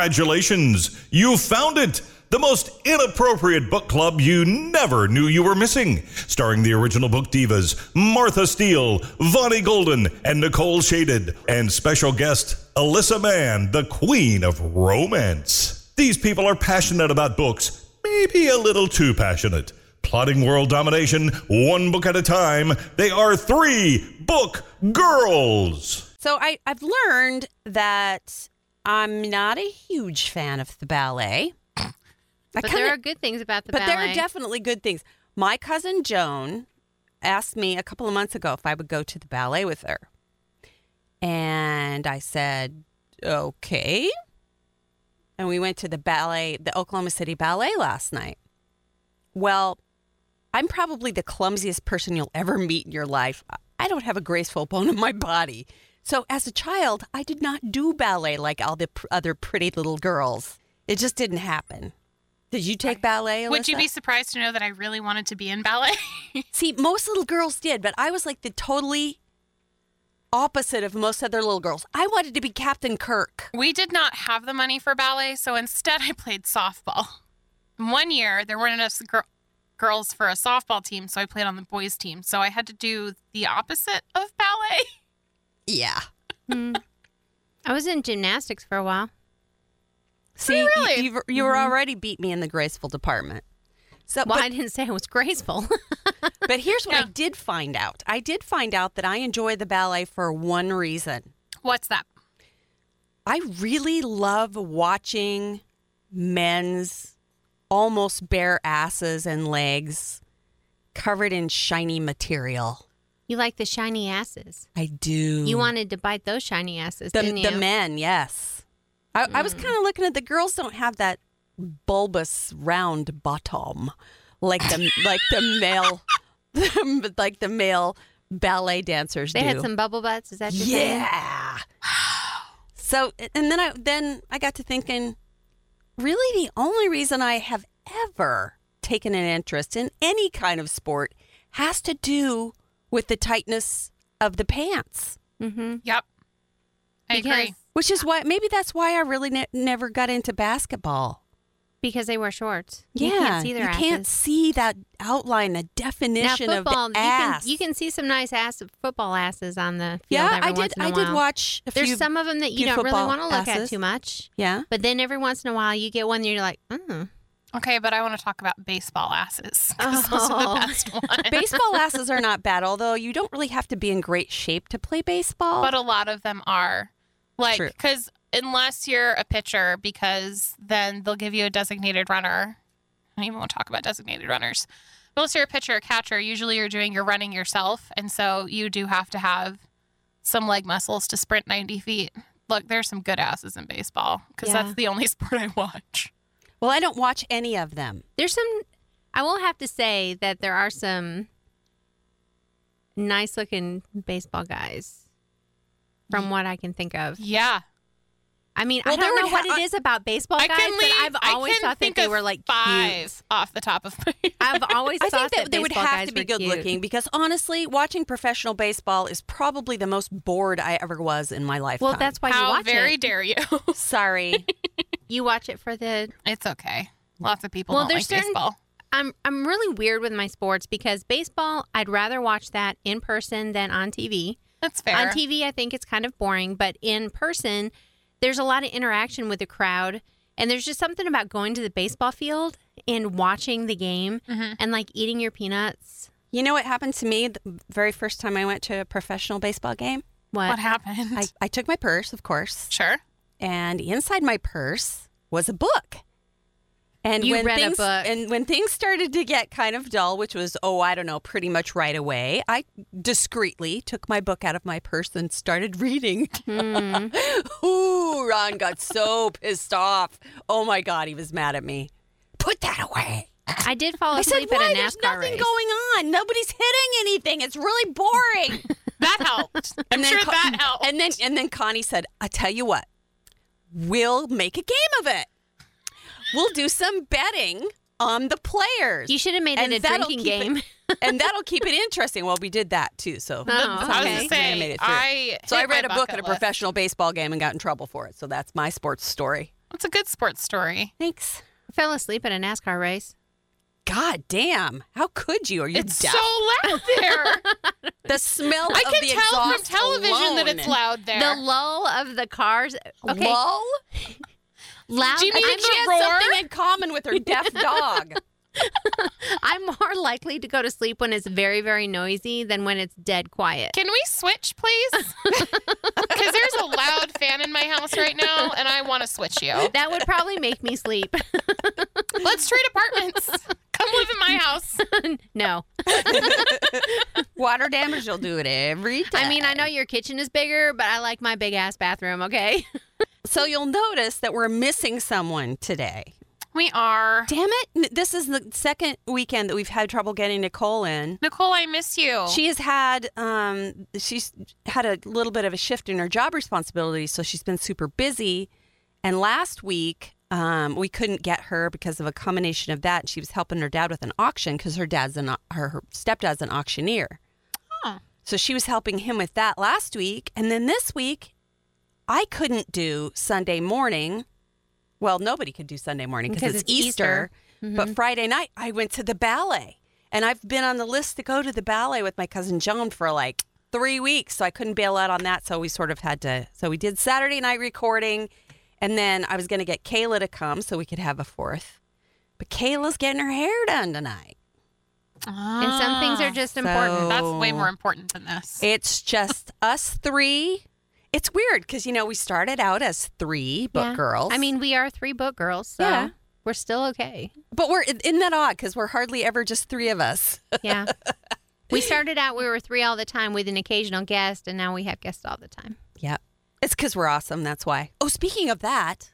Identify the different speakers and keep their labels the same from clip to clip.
Speaker 1: Congratulations! You found it! The most inappropriate book club you never knew you were missing. Starring the original book divas Martha Steele, Vonnie Golden, and Nicole Shaded. And special guest Alyssa Mann, the queen of romance. These people are passionate about books, maybe a little too passionate. Plotting world domination, one book at a time, they are three book girls.
Speaker 2: So I, I've learned that I'm not a huge fan of the ballet. I
Speaker 3: But
Speaker 2: kinda-
Speaker 3: there are good things about the
Speaker 2: but there are
Speaker 3: ballet.
Speaker 2: definitely good things. My cousin Joan asked me a couple of months ago if I would go to the ballet with her. And I said, okay. And we went to the ballet, the Oklahoma City Ballet last night. Well, I'm probably the clumsiest person you'll ever meet in your life. I don't have a graceful bone in my body. So as a child, I did not do ballet like all the pr- other pretty little girls. It just didn't happen. Did you take ballet?
Speaker 4: Would you
Speaker 2: Alyssa?
Speaker 4: be surprised to know that I really wanted to be in ballet?
Speaker 2: See, most little girls did, but I was like the totally opposite of most other little girls. I wanted to be Captain Kirk.
Speaker 4: we did not have the money for ballet, so instead I played softball. And One year there weren't enough gir- girls for a softball team, so I played on the boys' team. So I had to do the opposite of ballet.
Speaker 2: Yeah.
Speaker 3: I was in gymnastics for a while.
Speaker 2: See, you-
Speaker 4: really? Mm-hmm.
Speaker 2: you, you were already beat me in the graceful department. So,
Speaker 3: Well,
Speaker 2: but-
Speaker 3: I didn't say I was graceful.
Speaker 2: but here's what I did find out. I did find out that I enjoy the ballet for one reason.
Speaker 4: What's that?
Speaker 2: I really love watching men's almost bare asses and legs covered in shiny material.
Speaker 3: you like the shiny asses.
Speaker 2: I do.
Speaker 3: You wanted to bite those shiny asses,
Speaker 2: the,
Speaker 3: didn't you? Mm.
Speaker 2: the men yes I, I was kind of looking at the girls don't have that bulbous round bottom like the like the male like the male ballet dancers
Speaker 3: they
Speaker 2: do
Speaker 3: had some bubble butts. Is that your thing?
Speaker 2: yeah so and then i then i got to thinking really the only reason i have ever taken an interest in any kind of sport has to do with the tightness of the pants
Speaker 3: Mm-hmm.
Speaker 4: Yep. I agree.
Speaker 3: Because,
Speaker 2: which is why maybe that's why I really ne- never got into basketball.
Speaker 3: because they wear shorts.
Speaker 2: Yeah,
Speaker 3: You can't see their
Speaker 2: you
Speaker 3: asses.
Speaker 2: can't see that outline, the
Speaker 3: now
Speaker 2: definition
Speaker 3: football,
Speaker 2: of
Speaker 3: you
Speaker 2: the ass.
Speaker 3: can you can see some nice ass football asses on the field.
Speaker 2: yeah,
Speaker 3: every
Speaker 2: I did.
Speaker 3: Once in a
Speaker 2: I did
Speaker 3: while.
Speaker 2: watch. A
Speaker 3: There's
Speaker 2: few,
Speaker 3: some of them that you
Speaker 2: few
Speaker 3: don't really
Speaker 2: football
Speaker 3: want to look at
Speaker 2: asses.
Speaker 3: too much.
Speaker 2: Yeah,
Speaker 3: But then every once in a while, you get one that you're like, mm.
Speaker 4: Okay, but I want to talk about baseball asses. 'cause Those are
Speaker 3: Oh.
Speaker 4: the best ones.
Speaker 2: baseball asses are not bad, although you don't really have to be in great shape to play baseball.
Speaker 4: but a lot of them are like
Speaker 2: True.
Speaker 4: because unless you're a pitcher because then they'll give you a designated runner i don't even want to talk about designated runners unless you're a pitcher or catcher usually you're doing your running yourself and so you do have to have some leg muscles to sprint 90 feet look there's some good asses in baseball because
Speaker 3: Yeah.
Speaker 4: that's the only sport i watch
Speaker 2: well, I don't watch any of them.
Speaker 3: there's some. I will have to say that there are some nice looking baseball guys, from what I can think of.
Speaker 4: yeah
Speaker 3: I mean,
Speaker 2: Well,
Speaker 3: I don't
Speaker 2: there
Speaker 3: know
Speaker 2: would
Speaker 3: what
Speaker 2: ha-
Speaker 3: it is about baseball guys, but I've always
Speaker 4: can
Speaker 3: thought that
Speaker 4: think
Speaker 3: they
Speaker 4: of
Speaker 3: were like
Speaker 4: five
Speaker 3: Cute.
Speaker 4: off the top of my
Speaker 3: I've always
Speaker 2: I
Speaker 3: thought
Speaker 2: think that, they would
Speaker 3: baseball
Speaker 2: have
Speaker 3: guys
Speaker 2: to be
Speaker 3: were
Speaker 2: good
Speaker 3: cute.
Speaker 2: looking because honestly, watching professional baseball is probably the most bored I ever was in my lifetime.
Speaker 3: Well, that's why you
Speaker 4: how
Speaker 3: watch
Speaker 4: very
Speaker 3: it.
Speaker 4: dare you
Speaker 2: sorry.
Speaker 3: You watch it for the
Speaker 4: it's okay lots of people
Speaker 3: Well,
Speaker 4: don't
Speaker 3: there's
Speaker 4: like
Speaker 3: certain-
Speaker 4: baseball
Speaker 3: I'm I'm really weird with my sports because baseball, I'd rather watch that in person than on TV.
Speaker 4: that's fair
Speaker 3: On TV, I think it's kind of boring, but in person, there's a lot of interaction with the crowd, and there's just something about going to the baseball field and watching the game
Speaker 2: Mm-hmm.
Speaker 3: and like eating your peanuts.
Speaker 2: You know what happened to me the very first time I went to a professional baseball game?
Speaker 3: What?
Speaker 4: What happened?
Speaker 2: I, I took my purse, of course,
Speaker 4: sure.
Speaker 2: and inside my purse was a book. And
Speaker 3: You
Speaker 2: when
Speaker 3: read a
Speaker 2: things,
Speaker 3: book.
Speaker 2: And when things started to get kind of dull, which was, oh, I don't know, pretty much right away, I discreetly took my book out of my purse and started reading.
Speaker 3: Hmm.
Speaker 2: Ooh, Ron got so pissed off. Oh my God, he was mad at me. Put that away.
Speaker 3: I did fall
Speaker 2: I said,
Speaker 3: asleep
Speaker 2: why?
Speaker 3: at a NASCAR
Speaker 2: There's nothing
Speaker 3: race.
Speaker 2: going on. Nobody's hitting anything. It's really boring.
Speaker 4: That helped. I'm sure
Speaker 2: Con-
Speaker 4: that helped.
Speaker 2: And then and then Connie said, "I tell you what, we'll make a game of it. We'll do some betting on the players.
Speaker 3: You should have made
Speaker 2: And
Speaker 3: it a
Speaker 2: that'll
Speaker 3: drinking
Speaker 2: keep it-
Speaker 3: game.
Speaker 2: and that'll keep it interesting. Well, we did that too. So
Speaker 3: Oh,
Speaker 4: I was
Speaker 3: okay.
Speaker 4: gonna
Speaker 2: I made
Speaker 4: say,
Speaker 2: it through.
Speaker 4: I
Speaker 2: So
Speaker 4: hit
Speaker 2: I read a
Speaker 4: my
Speaker 2: book at
Speaker 4: bucket
Speaker 2: a
Speaker 4: list.
Speaker 2: professional baseball game and got in trouble for it. So that's my sports story.
Speaker 4: It's a good sports story.
Speaker 2: Thanks.
Speaker 3: I fell asleep at a NASCAR race.
Speaker 2: God damn! How could you? Are you
Speaker 4: It's
Speaker 2: deaf?
Speaker 4: so loud there.
Speaker 2: the smell.
Speaker 4: I
Speaker 2: of the
Speaker 4: can tell from
Speaker 2: exhaust
Speaker 4: television that
Speaker 2: alone.
Speaker 4: it's loud there.
Speaker 3: The lull of the cars. Okay,
Speaker 2: Lull?
Speaker 3: loud.
Speaker 4: Do you mean
Speaker 3: I'm,
Speaker 2: She has
Speaker 4: roar?
Speaker 2: something in common with her deaf dog.
Speaker 3: I'm more likely to go to sleep when it's very, very noisy than when it's dead quiet.
Speaker 4: Can we switch, please? Because there's a loud fan in my house right now, and I want to switch you.
Speaker 3: That would probably make me sleep.
Speaker 4: Let's trade apartments. Come live in my house.
Speaker 3: no,
Speaker 2: Water damage will do it every time.
Speaker 3: I mean I know your kitchen is bigger, but I like my big ass bathroom. Okay,
Speaker 2: so you'll notice that we're missing someone today.
Speaker 4: We are.
Speaker 2: Damn it. N- This is the second weekend that we've had trouble getting Nicole in.
Speaker 4: Nicole, I miss you.
Speaker 2: She has had um, she's had a little bit of a shift in her job responsibilities, so she's been super busy. And last week, um, we couldn't get her because of a combination of that. She was helping her dad with an auction because her dad's an au- her, her stepdad's an auctioneer.
Speaker 4: Huh.
Speaker 2: So she was helping him with that last week, and then this week, I couldn't do Sunday morning. Well, nobody could do Sunday morning because it's, Easter. But Friday night, I went to the ballet, and I've been on the list to go to the ballet with my cousin Joan for like three weeks. So I couldn't bail out on that. So we sort of had to. So we did Saturday night recording, and then I was going to get Kayla to come so we could have a fourth. But Kayla's getting her hair done tonight.
Speaker 3: and some things are just important.
Speaker 2: Ah, So-
Speaker 4: That's way more important than this.
Speaker 2: It's just us three. It's weird because you know we started out as three book
Speaker 3: Yeah.
Speaker 2: girls.
Speaker 3: I mean, we are three book girls, so
Speaker 2: Yeah.
Speaker 3: we're still okay.
Speaker 2: but we're isn't that odd because we're hardly ever just three of us.
Speaker 3: Yeah. we started out, we were three all the time with an occasional guest, and now we have guests all the time.
Speaker 2: Yep. It's because we're awesome. That's why. Oh, speaking of that,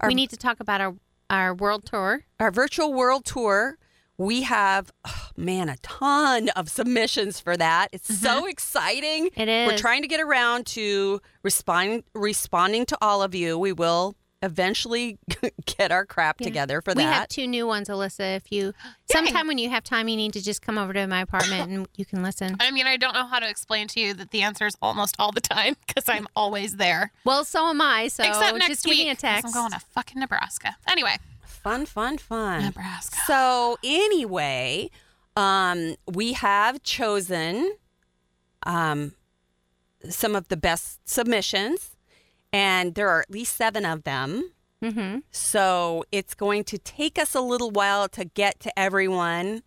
Speaker 2: our
Speaker 3: we need to talk about our, our world tour.
Speaker 2: our virtual world tour. We have, oh, man, a ton of submissions for that. It's so exciting.
Speaker 3: Mm-hmm. It
Speaker 2: We're
Speaker 3: is.
Speaker 2: trying to get around to respond, responding to all of you. We will eventually get our crap
Speaker 3: Yeah.
Speaker 2: together for
Speaker 3: we
Speaker 2: that.
Speaker 3: have two new ones, Alyssa. If you, sometime when you have time, you need to just come over to my apartment and you can listen.
Speaker 4: I mean, I don't know how to explain to you that the answer is almost all the time because I'm always there.
Speaker 3: Well, so am I. So
Speaker 4: Except next
Speaker 3: just
Speaker 4: week.
Speaker 3: give me a
Speaker 4: 'cause
Speaker 3: text.
Speaker 4: I'm going to fucking Nebraska. Anyway,
Speaker 2: Fun, fun, fun.
Speaker 4: Nebraska.
Speaker 2: So anyway, um, we have chosen um, some of the best submissions, and there are at least seven of them.
Speaker 3: mm-hmm.
Speaker 2: So it's going to take us a little while to get to everyone.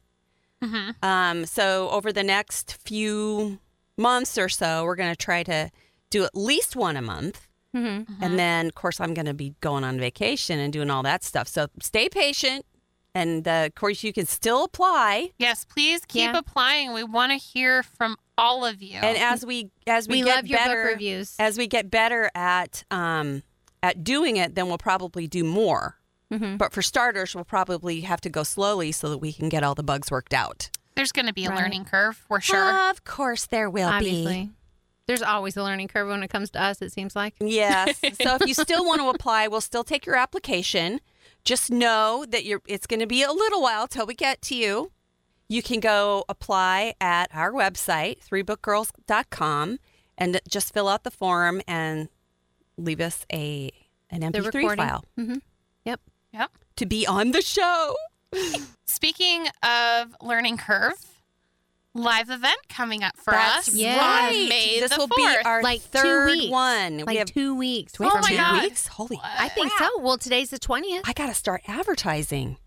Speaker 4: Mhm.
Speaker 2: Um, so over the next few months or so, we're going to try to do at least one a month.
Speaker 3: Mm-hmm.
Speaker 2: And then, of course, I'm going to be going on vacation and doing all that stuff. So stay patient. And uh, of course, you can still apply.
Speaker 4: Yes, please keep
Speaker 3: Yeah.
Speaker 4: applying. We want to hear from all of you.
Speaker 2: And as we as we,
Speaker 3: We,
Speaker 2: get
Speaker 3: love your
Speaker 2: better,
Speaker 3: book reviews.
Speaker 2: as we get better at um, at doing it, then we'll probably do more.
Speaker 3: Mhm.
Speaker 2: But for starters, we'll probably have to go slowly so that we can get all the bugs worked out.
Speaker 4: There's going to be a
Speaker 3: Right. Ah.
Speaker 4: learning curve, we're sure.
Speaker 2: Of course, there will
Speaker 3: Obviously, there's always a learning curve when it comes to us. It seems like.
Speaker 2: be. Yes. so if you still want to apply, we'll still take your application. Just know that you're, it's going to be a little while till we get to you. You can go apply at our website, threebookgirls.com, and just fill out the form and leave us a an MP3
Speaker 3: recording.
Speaker 2: file
Speaker 3: Mm-hmm.
Speaker 4: Yep.
Speaker 2: to be on the show.
Speaker 4: Speaking of learning curve, live event coming up for
Speaker 2: That's
Speaker 4: us.
Speaker 3: Yes.
Speaker 2: right.
Speaker 4: May
Speaker 2: this
Speaker 4: the
Speaker 2: will
Speaker 4: 4th.
Speaker 2: be our
Speaker 3: Like two
Speaker 2: third
Speaker 3: weeks.
Speaker 2: one.
Speaker 3: Like
Speaker 2: we have
Speaker 3: two weeks.
Speaker 2: we have
Speaker 4: Oh my
Speaker 2: two
Speaker 4: God.
Speaker 2: weeks. Holy,
Speaker 3: I think so. Well, today's the twentieth.
Speaker 2: I got to start advertising.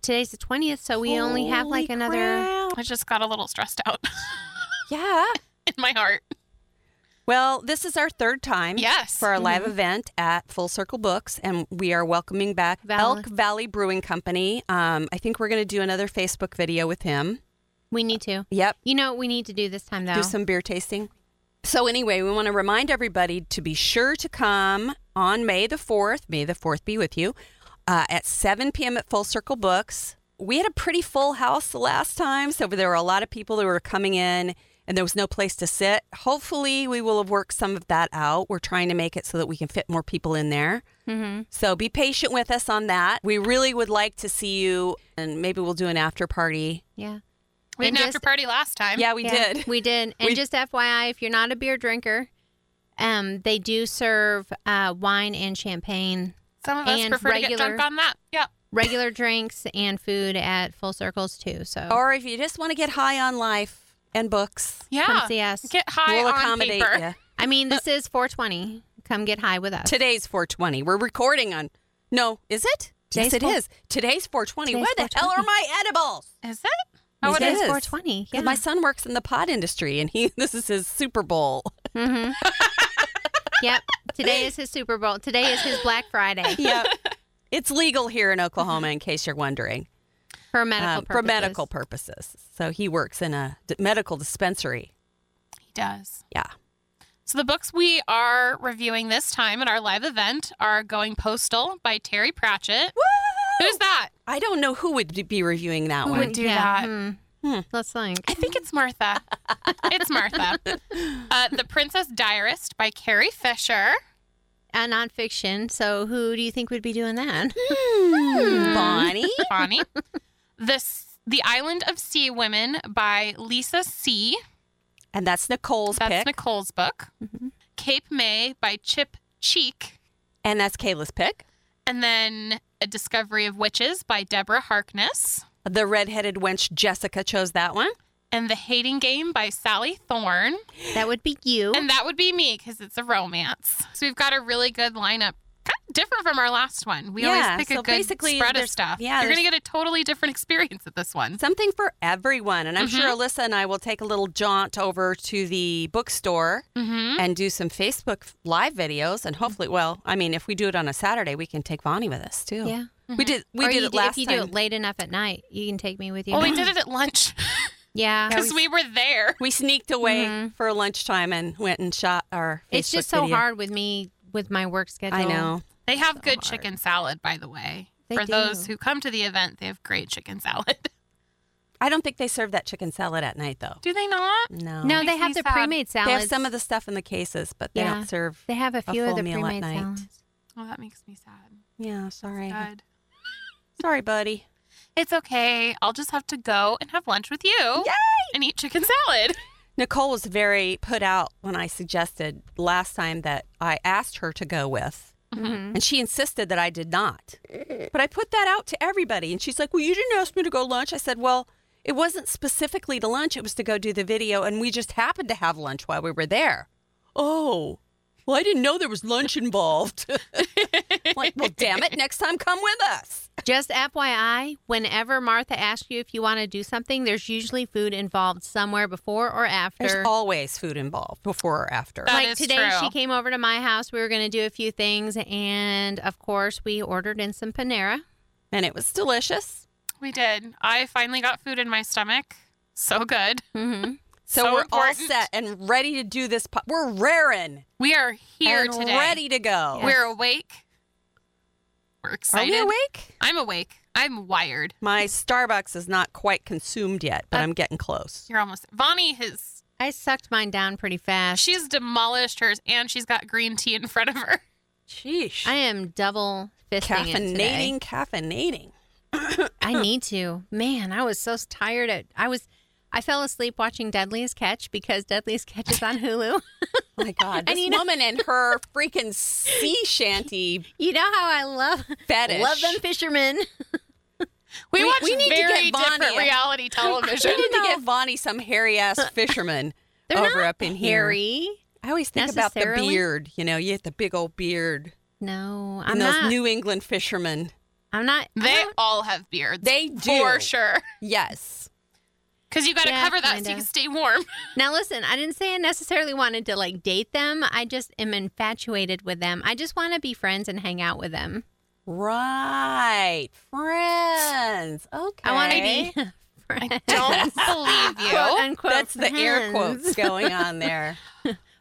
Speaker 3: Today's the twentieth, so we only have
Speaker 2: Holy
Speaker 3: like another.
Speaker 2: crap.
Speaker 4: I just got a little stressed out
Speaker 2: Yeah.
Speaker 4: in my heart.
Speaker 2: Well, this is our third time.
Speaker 4: Yes.
Speaker 2: For our live event at Full Circle Books, and we are welcoming back
Speaker 3: Val-
Speaker 2: Elk Valley Brewing Company. Um, I think we're going to do another Facebook video with him.
Speaker 3: We need to.
Speaker 2: Yep.
Speaker 3: You know what we need to do this time though.
Speaker 2: do some beer tasting. So, anyway, we want to remind everybody to be sure to come on May the 4th. May the 4th be with you uh, at 7 p.m. at Full Circle Books. We had a pretty full house the last time, so there were a lot of people that were coming in and there was no place to sit. Hopefully, we will have worked some of that out. We're trying to make it so that we can fit more people in there. So be patient with us on that. We really would like to see you, and maybe we'll do an after party
Speaker 3: yeah.
Speaker 4: We had an
Speaker 3: And
Speaker 4: after
Speaker 3: just-
Speaker 4: party last time.
Speaker 2: Yeah, we
Speaker 3: Yeah,
Speaker 2: did.
Speaker 3: We did. And
Speaker 2: We-
Speaker 3: just FYI, if you're not a beer drinker, um, they do serve uh, wine and champagne,
Speaker 4: Some of us
Speaker 3: And
Speaker 4: prefer to get
Speaker 3: regular-
Speaker 4: drunk on that. Yeah.
Speaker 3: regular drinks and food at Full Circles too. So
Speaker 2: Or if you just want to get high on life and books,
Speaker 4: Yeah.
Speaker 3: come see us.
Speaker 4: Get high
Speaker 2: we'll
Speaker 4: on
Speaker 2: accommodate
Speaker 4: paper.
Speaker 2: you.
Speaker 3: I mean,
Speaker 2: Uh,
Speaker 3: this is 420. Come get high with us.
Speaker 2: Today's 420. We're recording on. No, is it? yes,
Speaker 3: Today's
Speaker 2: it
Speaker 3: four-
Speaker 2: is. Today's 420.
Speaker 3: Today's
Speaker 2: Where the hell are
Speaker 3: 420.
Speaker 2: my edibles?
Speaker 4: Is it? Oh,
Speaker 2: Is
Speaker 4: it
Speaker 2: it?
Speaker 4: is.
Speaker 3: It's 420.
Speaker 2: 'Cause
Speaker 3: Yeah.
Speaker 2: My son works in the pod industry, and he this is his Super Bowl.
Speaker 3: hmm yep. Today is his Super Bowl. Today is his Black Friday
Speaker 2: Yep. it's legal here in Oklahoma, in case you're wondering,
Speaker 3: for medical
Speaker 2: um,
Speaker 3: purposes.
Speaker 2: for medical purposes. So he works in a d- medical dispensary.
Speaker 4: He does.
Speaker 2: Yeah.
Speaker 4: So the books we are reviewing this time at our live event are Going Postal by Terry Pratchett. Who's that?
Speaker 2: I don't know who would be reviewing that
Speaker 4: Who
Speaker 2: one.
Speaker 4: would do that?
Speaker 3: hmm.
Speaker 2: Hmm.
Speaker 3: Let's think.
Speaker 4: I think it's Martha. it's Martha. Uh, the Princess Diarist by Carrie Fisher.
Speaker 3: A nonfiction. So who do you think would be doing that?
Speaker 2: Hmm, Bonnie.
Speaker 4: Bonnie. the, S- the Island of Sea Women by Lisa C.
Speaker 2: And that's Nicole's
Speaker 4: That's
Speaker 2: pick.
Speaker 4: Nicole's book. Cape May by Chip Cheek.
Speaker 2: and that's Kayla's pick.
Speaker 4: And then A Discovery of Witches by Deborah Harkness.
Speaker 2: The redheaded wench Jessica chose that one.
Speaker 4: And The Hating Game by Sally Thorne.
Speaker 3: That would be you.
Speaker 4: And that would be me because it's a romance. So we've got a really good lineup. Kind of different from our last one. We
Speaker 2: Yeah,
Speaker 4: always pick
Speaker 2: so
Speaker 4: a good
Speaker 2: basically
Speaker 4: spread of
Speaker 2: there's-
Speaker 4: stuff.
Speaker 2: yeah,
Speaker 4: You're going
Speaker 2: there's-
Speaker 4: to get a totally different experience at this one.
Speaker 2: Something for everyone. And I'm sure
Speaker 3: Mm-hmm.
Speaker 2: Alyssa and I will take a little jaunt over to the bookstore
Speaker 4: Mm-hmm.
Speaker 2: and do some Facebook live videos. And hopefully, well, I mean, if we do it on a Saturday, we can take Bonnie with us too.
Speaker 3: yeah. Mm-hmm.
Speaker 2: We did we
Speaker 3: or
Speaker 2: did
Speaker 3: you
Speaker 2: it last
Speaker 3: If you
Speaker 2: time.
Speaker 3: do it late enough at night, you can take me with you.
Speaker 4: Well, we did it at lunch
Speaker 3: Yeah.
Speaker 4: because we were there.
Speaker 2: we sneaked away for lunchtime and went and shot our Facebook
Speaker 3: Mm-hmm. It's just so
Speaker 2: video.
Speaker 3: hard with me with my work schedule.
Speaker 2: I know.
Speaker 4: They have good
Speaker 3: hard.
Speaker 4: chicken salad, by the way.
Speaker 3: They
Speaker 4: For those
Speaker 3: do.
Speaker 4: who come to the event, they have great chicken salad.
Speaker 2: I don't think they serve that chicken salad at night though.
Speaker 4: Do they not?
Speaker 2: No.
Speaker 3: No,
Speaker 4: Makes
Speaker 3: they
Speaker 4: me
Speaker 3: have the
Speaker 4: sad.
Speaker 3: pre-made
Speaker 2: They
Speaker 3: salads.
Speaker 2: have some of the stuff in the cases, but they
Speaker 3: Yeah.
Speaker 2: don't serve.
Speaker 3: They have a few
Speaker 2: full
Speaker 3: of the
Speaker 2: meal at
Speaker 3: pre-made
Speaker 2: night.
Speaker 3: salads.
Speaker 4: Well, that makes me sad.
Speaker 2: Yeah, sorry.
Speaker 4: Sad.
Speaker 2: Sorry, buddy.
Speaker 4: It's okay. I'll just have to go and have lunch with you
Speaker 2: Yay!
Speaker 4: and eat chicken salad.
Speaker 2: Nicole was very put out when I suggested last time that I asked her to go with, and she insisted that I did not. But I put that out to everybody, and she's like, Well, you didn't ask me to go lunch. I said, Well, it wasn't specifically to lunch, it was to go do the video, and we just happened to have lunch while we were there. Oh, well, I didn't know there was lunch involved. like, well, damn it, next time come with us.
Speaker 3: Just FYI, whenever Martha asks you if you want to do something, there's usually food involved somewhere before or after.
Speaker 2: There's always food involved before or after.
Speaker 4: That
Speaker 3: like
Speaker 4: is
Speaker 3: today,
Speaker 4: true.
Speaker 3: she came over to my house. We were going to do a few things, and of course, we ordered in some Panera.
Speaker 2: And it was delicious.
Speaker 4: We did. I finally got food in my stomach. So good.
Speaker 3: Mm-hmm.
Speaker 2: So,
Speaker 4: So
Speaker 2: we're all
Speaker 4: important.
Speaker 2: set and ready to do this. Po- we're raring
Speaker 4: We are here
Speaker 2: and
Speaker 4: today.
Speaker 2: ready to go.
Speaker 3: Yes.
Speaker 4: We're awake. We're
Speaker 2: Are
Speaker 4: excited.
Speaker 2: we awake?
Speaker 4: I'm awake. I'm wired.
Speaker 2: My Starbucks is not quite consumed yet, but
Speaker 3: Uh,
Speaker 2: I'm getting close.
Speaker 4: You're almost. Vonnie has.
Speaker 3: I sucked mine down pretty fast.
Speaker 4: She's demolished hers, and she's got green tea in front of her.
Speaker 2: Sheesh.
Speaker 3: I am double fisting it today.
Speaker 2: caffeinating, caffeinating.
Speaker 3: I need to. Man, I was so tired. At, I was, I fell asleep watching Deadliest Catch because Deadliest Catch is on Hulu.
Speaker 2: Oh my God. This
Speaker 3: you know-
Speaker 2: woman and her freaking sea shanty
Speaker 3: you know how I love
Speaker 2: fetish.
Speaker 3: love them fishermen.
Speaker 4: We,
Speaker 2: We-
Speaker 4: watch
Speaker 2: we need to get
Speaker 4: very
Speaker 2: Vonnie
Speaker 4: different
Speaker 2: a-
Speaker 4: reality television.
Speaker 2: We need to get Vonnie some hairy ass fisherman
Speaker 3: They're
Speaker 2: over
Speaker 3: not
Speaker 2: up in here.
Speaker 3: hairy.
Speaker 2: I always think about the
Speaker 3: necessarily.
Speaker 2: beard. You know, you get the big old beard.
Speaker 3: No, I'm
Speaker 2: And those
Speaker 3: not.
Speaker 2: New England fishermen.
Speaker 3: I'm not. I
Speaker 4: they
Speaker 3: don't-
Speaker 4: all have beards.
Speaker 2: They do.
Speaker 4: for sure.
Speaker 2: Yes.
Speaker 4: Because you got to
Speaker 3: Yeah,
Speaker 4: cover that so you
Speaker 3: kinda.
Speaker 4: can stay warm.
Speaker 3: now listen, I didn't say I necessarily wanted to like date them. I just am infatuated with them. I just want to be friends and hang out with them.
Speaker 2: Right. Friends. Okay.
Speaker 3: I want to be friends.
Speaker 4: Don't believe you.
Speaker 3: Quote, unquote,
Speaker 2: That's the air quotes
Speaker 3: friends.
Speaker 2: going on there.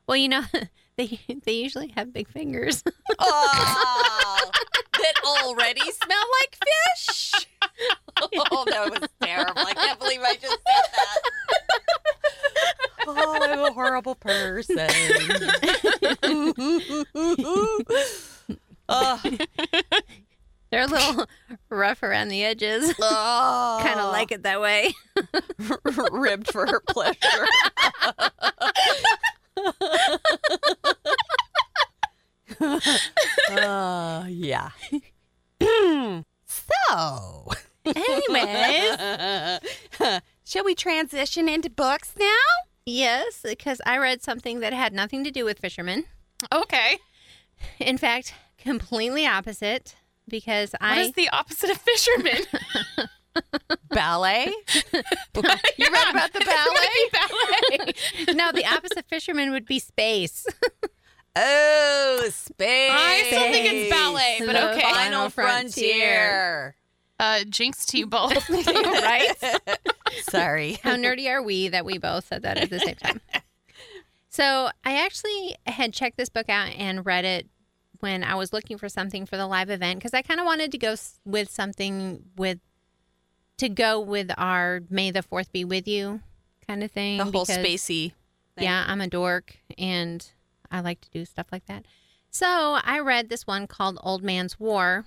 Speaker 3: Well, you know, they they usually have big fingers.
Speaker 2: Oh, that already smell like fish. Oh, that was terrible. I can't believe I just said that. Oh, I'm a horrible person. oh,
Speaker 3: They're a little rough around the edges.
Speaker 2: oh.
Speaker 3: kind of like it that way.
Speaker 2: ribbed for her pleasure. uh, yeah. so,
Speaker 3: Anyways,
Speaker 2: shall we transition into books now?
Speaker 3: yes, because I read something that had nothing to do with fishermen.
Speaker 4: Okay.
Speaker 3: In fact, completely opposite because
Speaker 4: What
Speaker 3: I
Speaker 4: is the opposite of fisherman?
Speaker 2: Ballet?
Speaker 4: you read about
Speaker 3: the ballet?
Speaker 4: ballet.
Speaker 3: no the opposite of fishermen would be space.
Speaker 2: Oh, space.
Speaker 4: I still think it's ballet, but
Speaker 3: The
Speaker 4: okay.
Speaker 2: Final
Speaker 3: Final
Speaker 2: frontier.
Speaker 3: frontier.
Speaker 4: Uh, jinx to you both.
Speaker 3: right?
Speaker 2: Sorry.
Speaker 3: How nerdy are we that we both said that at the same time? So I actually had checked this book out and read it when I was looking for something for the live event because I kind of wanted to go s- with something with to go with our May the Fourth be with you kind of thing.
Speaker 2: The whole
Speaker 3: because-
Speaker 2: spacey. thing.
Speaker 3: Yeah, I'm a dork and I like to do stuff like that. So I read this one called Old Man's War.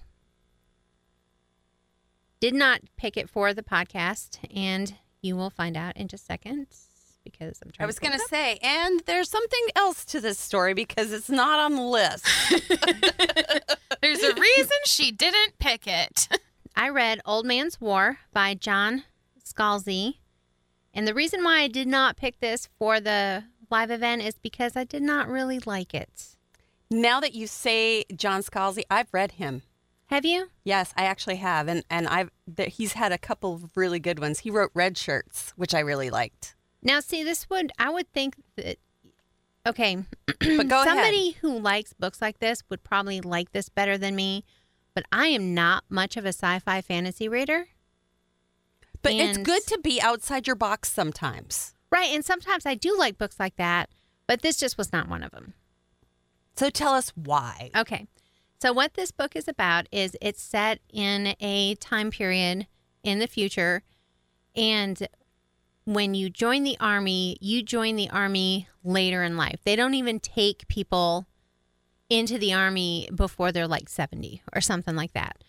Speaker 3: Did not pick it for the podcast, and you will find out in just seconds because I'm trying.
Speaker 2: I was
Speaker 3: pull
Speaker 2: going
Speaker 3: this
Speaker 2: to
Speaker 3: up.
Speaker 2: say, and there's something else to this story because it's not on the list.
Speaker 4: There's a reason she didn't pick it.
Speaker 3: I read Old Man's War by John Scalzi, and the reason why I did not pick this for the live event is because I did not really like it.
Speaker 2: now that you say John Scalzi, I've read him.
Speaker 3: Have you?
Speaker 2: Yes, I actually have, and and I've th- he's had a couple of really good ones. He wrote Red Shirts, which I really liked.
Speaker 3: Now, see, this would I would think that okay,
Speaker 2: But go ahead.
Speaker 3: somebody who likes books like this would probably like this better than me, but I am not much of a sci-fi fantasy reader.
Speaker 2: But it's
Speaker 3: and-
Speaker 2: good to be outside your box sometimes.
Speaker 3: Right, and sometimes I do like books like that, but this just was not one of them.
Speaker 2: So tell us why.
Speaker 3: Okay. So what this book is about is it's set in a time period in the future and when you join the army, you join the army later in life. They don't even take people into the army before they're like 70 or something like that.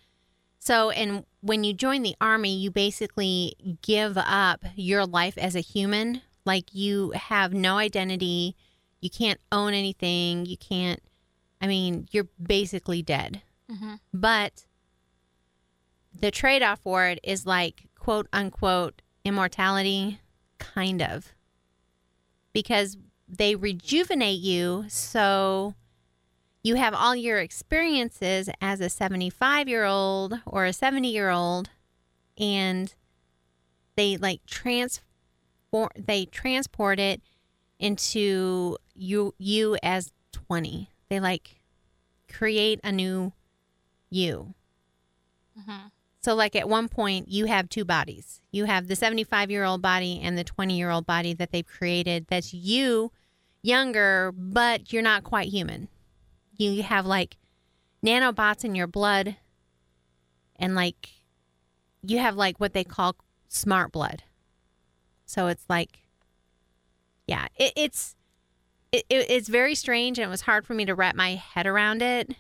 Speaker 3: So, and when you join the army, you basically give up your life as a human. Like you have no identity. You can't own anything. You can't, I mean, you're basically dead. But the trade off for it is like quote unquote immortality, kind of. Because they rejuvenate you. So you have all your experiences as a 75 year old or a 70 year old, and they like transform, they transport it into you, you as 20. They like create a new you. So, like at one point, you have two bodies. You have the 75 year old body and the 20 year old body that they've created. That's you, younger, but you're not quite human. You have like nanobots in your blood, and like you have like what they call smart blood. So it's like, yeah, it, it's it, it, it's very strange, and it was hard for me to wrap my head around it.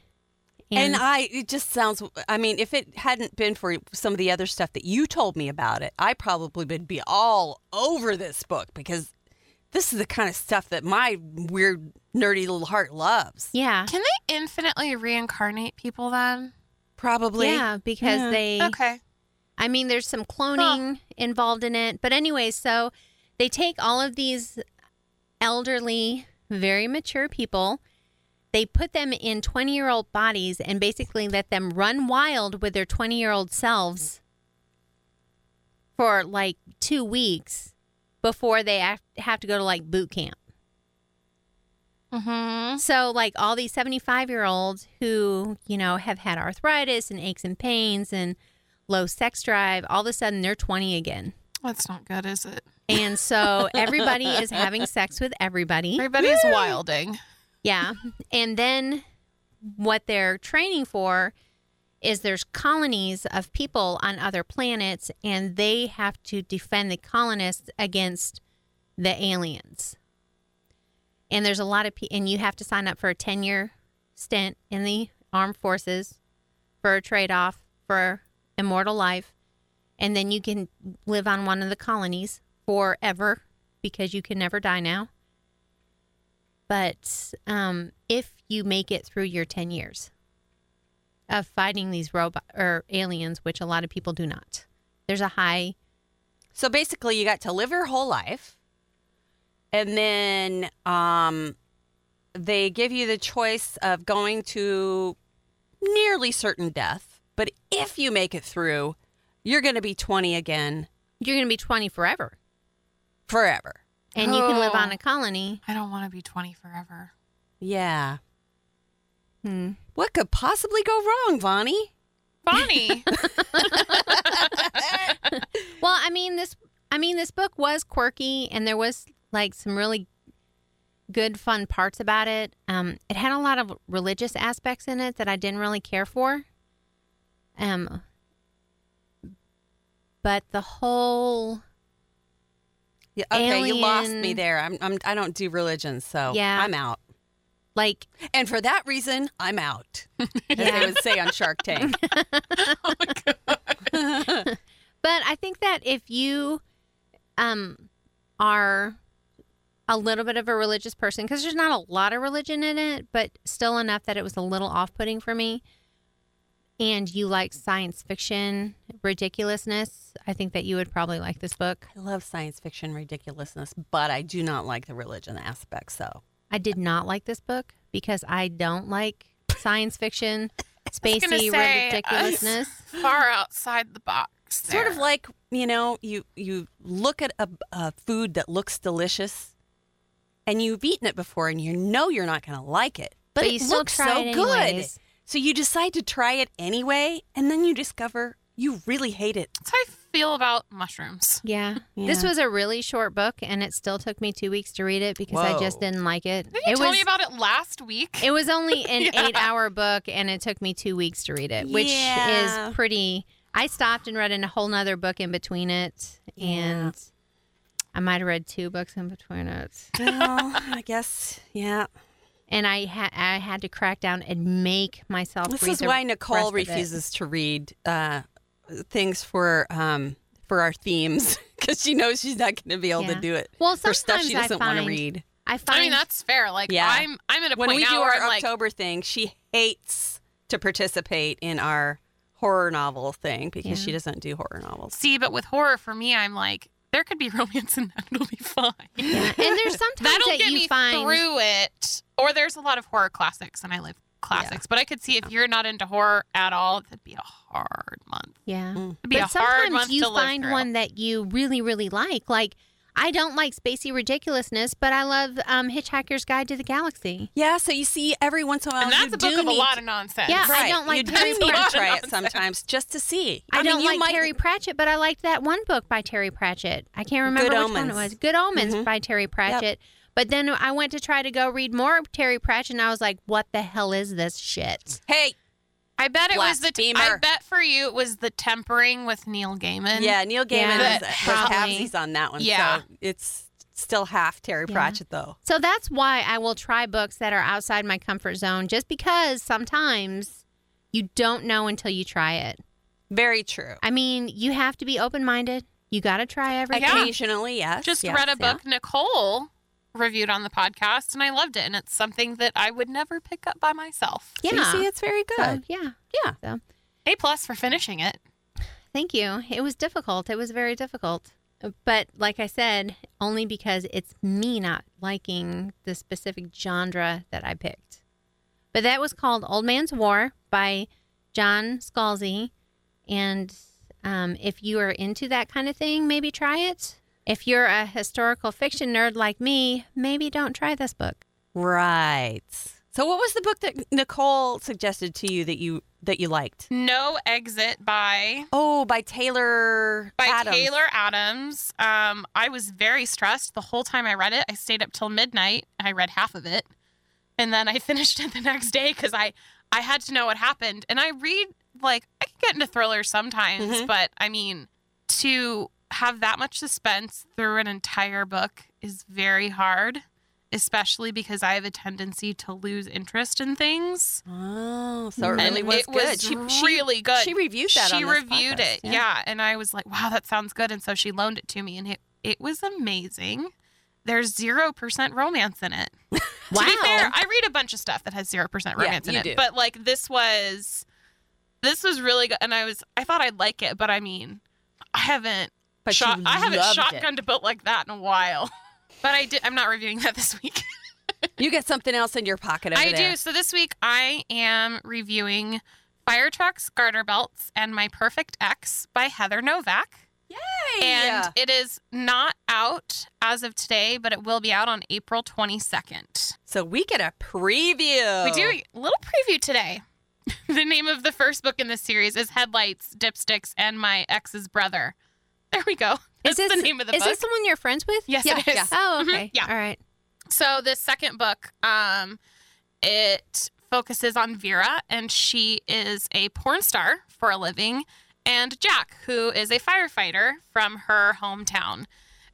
Speaker 2: And I, it just sounds. I mean, if it hadn't been for some of the other stuff that you told me about it, I probably would be all over this book because this is the kind of stuff that my weird, nerdy little heart loves.
Speaker 3: yeah,
Speaker 4: Can they infinitely reincarnate people then?
Speaker 2: Probably.
Speaker 3: Yeah, because
Speaker 2: Yeah.
Speaker 3: they.
Speaker 4: Okay.
Speaker 3: I mean, there's some cloning involved in it, but anyway, so they take all of these elderly, very mature people. They put them in 20 year old bodies and basically let them run wild with their 20 year old selves for like two weeks before they act- have to go to like boot camp.
Speaker 4: Mm-hmm.
Speaker 3: So, like all these 75 year olds who, you know, have had arthritis and aches and pains and low sex drive, all of a sudden they're 20 again.
Speaker 4: That's not good, is it?
Speaker 3: And so everybody is having sex with everybody.
Speaker 4: Everybody's wilding.
Speaker 3: Yeah. And then what they're training for is there's colonies of people on other planets and they have to defend the colonists against the aliens. And there's a lot of pe and you have to sign up for a 10 year stint in the armed forces for a trade off for immortal life. and then you can live on one of the colonies forever because you can never die now. But um, if you make it through your 10 years of fighting these robot or aliens, which a lot of people do not, there's a high
Speaker 2: So basically, you got to live your whole life, and then um, they give you the choice of going to nearly certain death. But if you make it through, you're going to be 20 again
Speaker 3: you're going to be 20 forever
Speaker 2: forever.
Speaker 3: and you can live
Speaker 4: Oh.
Speaker 3: on a colony.
Speaker 4: I don't want to be 20 forever.
Speaker 2: Yeah.
Speaker 3: Hmm.
Speaker 2: What could possibly go wrong, Vonnie?
Speaker 4: Bonnie.
Speaker 3: Well, I mean this I mean this book was quirky and there was like some really good fun parts about it. Um it had a lot of religious aspects in it that I didn't really care for. Um but the whole
Speaker 2: Yeah, okay, you lost me
Speaker 3: Alien.
Speaker 2: there. I'm, I'm I don't do religion, so
Speaker 3: Yeah.
Speaker 2: I'm out.
Speaker 3: like
Speaker 2: And for that reason, I'm out. As they
Speaker 3: Yeah.
Speaker 2: would say on Shark Tank.
Speaker 3: But I think that if you um are a little bit of a religious person because there's not a lot of religion in it, but still enough that it was a little off-putting for me. And you like science fiction ridiculousness, I think that you would probably like this book.
Speaker 2: I love science fiction ridiculousness, but I do not like the religion aspect. So
Speaker 3: I did not like this book because I don't like science fiction,
Speaker 4: was gonna
Speaker 3: spacey
Speaker 4: say, uh,
Speaker 3: ridiculousness.
Speaker 4: Far outside the box.
Speaker 2: sort of
Speaker 4: there.
Speaker 2: like you know, you you look at a, a food that looks delicious, and you've eaten it before, and you know you're not going to like it, but,
Speaker 3: But
Speaker 2: it
Speaker 3: you still
Speaker 2: looks
Speaker 3: try
Speaker 2: so
Speaker 3: it
Speaker 2: good,
Speaker 3: anyways.
Speaker 2: so you decide to try it anyway, and then you discover you really hate it.
Speaker 4: That's how I feel about mushrooms.
Speaker 3: Yeah. This
Speaker 2: Yeah.
Speaker 3: was a really short book and it still took me two weeks to read it because I just
Speaker 2: Whoa.
Speaker 3: didn't like it.
Speaker 4: Didn't you
Speaker 3: it
Speaker 4: tell
Speaker 3: was
Speaker 4: me about it last week?
Speaker 3: it was only an eight hour book and it took me two weeks to read it, which
Speaker 2: Yeah.
Speaker 3: is pretty I stopped and read in a whole nother book in between it and I might have read two books in between it.
Speaker 2: Well, I guess yeah.
Speaker 3: And I ha- I had to crack down and make myself
Speaker 2: This
Speaker 3: read
Speaker 2: is
Speaker 3: the
Speaker 2: why
Speaker 3: rest
Speaker 2: Nicole
Speaker 3: of it.
Speaker 2: refuses to read uh, things for um, for our themes because she knows she's not going to be able to
Speaker 3: Yeah.
Speaker 2: do it.
Speaker 3: Well,
Speaker 2: for stuff she
Speaker 3: sometimes I
Speaker 2: doesn't want to
Speaker 3: find-
Speaker 2: read.
Speaker 3: I
Speaker 4: I
Speaker 3: find
Speaker 4: mean, that's fair. Like,
Speaker 2: Yeah.
Speaker 4: I'm I'm at a
Speaker 2: When
Speaker 4: point
Speaker 2: we
Speaker 4: now
Speaker 2: do
Speaker 4: where
Speaker 2: our
Speaker 4: I'm like,
Speaker 2: October thing, she hates to participate in our horror novel thing because
Speaker 3: Yeah.
Speaker 2: she doesn't do horror novels.
Speaker 4: see, but with horror, for me, I'm like, there could be romance and that'll be fine.
Speaker 3: yeah. and there's sometimes
Speaker 4: That'll
Speaker 3: that
Speaker 4: get
Speaker 3: you
Speaker 4: me
Speaker 3: find
Speaker 4: through it. Or there's a lot of horror classics, and I love classics. But I could see if you're not into horror at all, that'd be a hard month.
Speaker 3: Yeah.
Speaker 4: It'd be
Speaker 3: but
Speaker 4: a hard
Speaker 3: sometimes
Speaker 4: month
Speaker 3: you
Speaker 4: to live
Speaker 3: find
Speaker 4: through.
Speaker 3: one that you really really like like i don't like spacey ridiculousness but i love um, hitchhiker's guide to the galaxy
Speaker 2: Yeah, so you see, every once in a while,
Speaker 4: and
Speaker 2: you
Speaker 4: that's a
Speaker 2: do
Speaker 4: book of a
Speaker 2: need
Speaker 4: lot of nonsense.
Speaker 3: Yeah, I
Speaker 2: Right.
Speaker 3: don't like
Speaker 2: you do
Speaker 3: Harry
Speaker 2: need to
Speaker 4: Potter.
Speaker 2: try it sometimes just to see.
Speaker 3: i,
Speaker 2: mean,
Speaker 3: don't
Speaker 2: you
Speaker 3: like
Speaker 2: might-
Speaker 3: terry pratchett but i liked that one book by terry pratchett i can't remember
Speaker 2: Good
Speaker 3: which one it
Speaker 2: Omens.
Speaker 3: was good omens
Speaker 2: Mhm.
Speaker 3: by terry pratchett but then i went to try to go read more of terry pratchett and i was like what the hell is this shit
Speaker 2: Hey,
Speaker 4: I bet it was the. I
Speaker 2: Blasphemer.
Speaker 4: bet for you it was the tempering with Neil Gaiman.
Speaker 2: yeah, Neil Gaiman
Speaker 3: Yeah,
Speaker 2: was,
Speaker 4: but
Speaker 2: was
Speaker 3: probably-
Speaker 2: halfsies on that one.
Speaker 4: Yeah.
Speaker 2: so it's still half Terry
Speaker 3: Yeah.
Speaker 2: Pratchett though.
Speaker 3: so that's why i will try books that are outside my comfort zone just because sometimes you don't know until you try it
Speaker 2: Very true.
Speaker 3: I mean, you have to be open minded. You got to try everything.
Speaker 4: Yeah.
Speaker 2: Occasionally, yes.
Speaker 4: just
Speaker 2: yes,
Speaker 4: read a
Speaker 2: yeah.
Speaker 4: book Nicole reviewed on the podcast, and I loved it. And it's something that I would never pick up by myself.
Speaker 2: So you
Speaker 3: Yeah.
Speaker 2: see, it's very
Speaker 3: So,
Speaker 2: good.
Speaker 3: yeah.
Speaker 2: Yeah.
Speaker 3: So,
Speaker 4: A plus for finishing it.
Speaker 3: thank you. It was difficult. It was very difficult. Uh, But like I said, only because it's me not liking the specific genre that I picked. But that was called Old Man's War by John Scalzi. And um, if you are into that kind of thing, maybe try it. If you're a historical fiction nerd like me, maybe don't try this book.
Speaker 2: Right. So, what was the book that Nicole suggested to you that you that you liked?
Speaker 4: No exit by
Speaker 2: Oh, by Taylor.
Speaker 4: by
Speaker 2: Adams.
Speaker 4: Taylor Adams. Um, I was very stressed the whole time I read it. I stayed up till midnight. I read half of it, and then I finished it the next day because I I had to know what happened. And I read like I can get into thrillers sometimes,
Speaker 2: Mhm.
Speaker 4: but I mean to have that much suspense through an entire book is very hard. especially because I have a tendency to lose interest in things.
Speaker 2: Oh, so it
Speaker 4: And
Speaker 2: really was
Speaker 4: it
Speaker 2: good.
Speaker 4: was really good.
Speaker 2: She reviewed that.
Speaker 4: she
Speaker 2: on this
Speaker 4: reviewed
Speaker 2: podcast,
Speaker 4: it. Yeah. And I was like, wow, that sounds good. And so she loaned it to me and it, it was amazing. There's 0% romance in it.
Speaker 3: Wow.
Speaker 4: To be fair, I read a bunch of stuff that has 0% romance in
Speaker 2: you
Speaker 4: it.
Speaker 2: do.
Speaker 4: But like this was, this was really good. And I was, I thought I'd like it, but I mean, I haven't,
Speaker 2: But she
Speaker 4: shot, I haven't
Speaker 2: loved it.
Speaker 4: shotgunned a boat like that in a while. But I did, I'm not reviewing that this week.
Speaker 2: You get something else in your pocket over
Speaker 4: I
Speaker 2: there.
Speaker 4: do. So this week I am reviewing Fire Trucks, Garter Belts, and My Perfect Ex by Heather Novak.
Speaker 2: Yay!
Speaker 4: And it is not out as of today, but it will be out on April 22nd.
Speaker 2: so we get a preview.
Speaker 4: We
Speaker 3: Oh.
Speaker 4: do a little preview today. the name of the first book in this series is Headlights, Dipsticks, and My Ex's Brother. There we go. That's the name of the
Speaker 3: is
Speaker 4: book.
Speaker 3: this someone you're friends with?
Speaker 4: Yes,
Speaker 3: yeah.
Speaker 4: it is.
Speaker 3: yeah. Oh,
Speaker 4: Mhm,
Speaker 3: okay.
Speaker 4: yeah.
Speaker 3: All right.
Speaker 4: So the second book, um, it focuses on Vera, and she is a porn star for a living, and Jack, who is a firefighter from her hometown.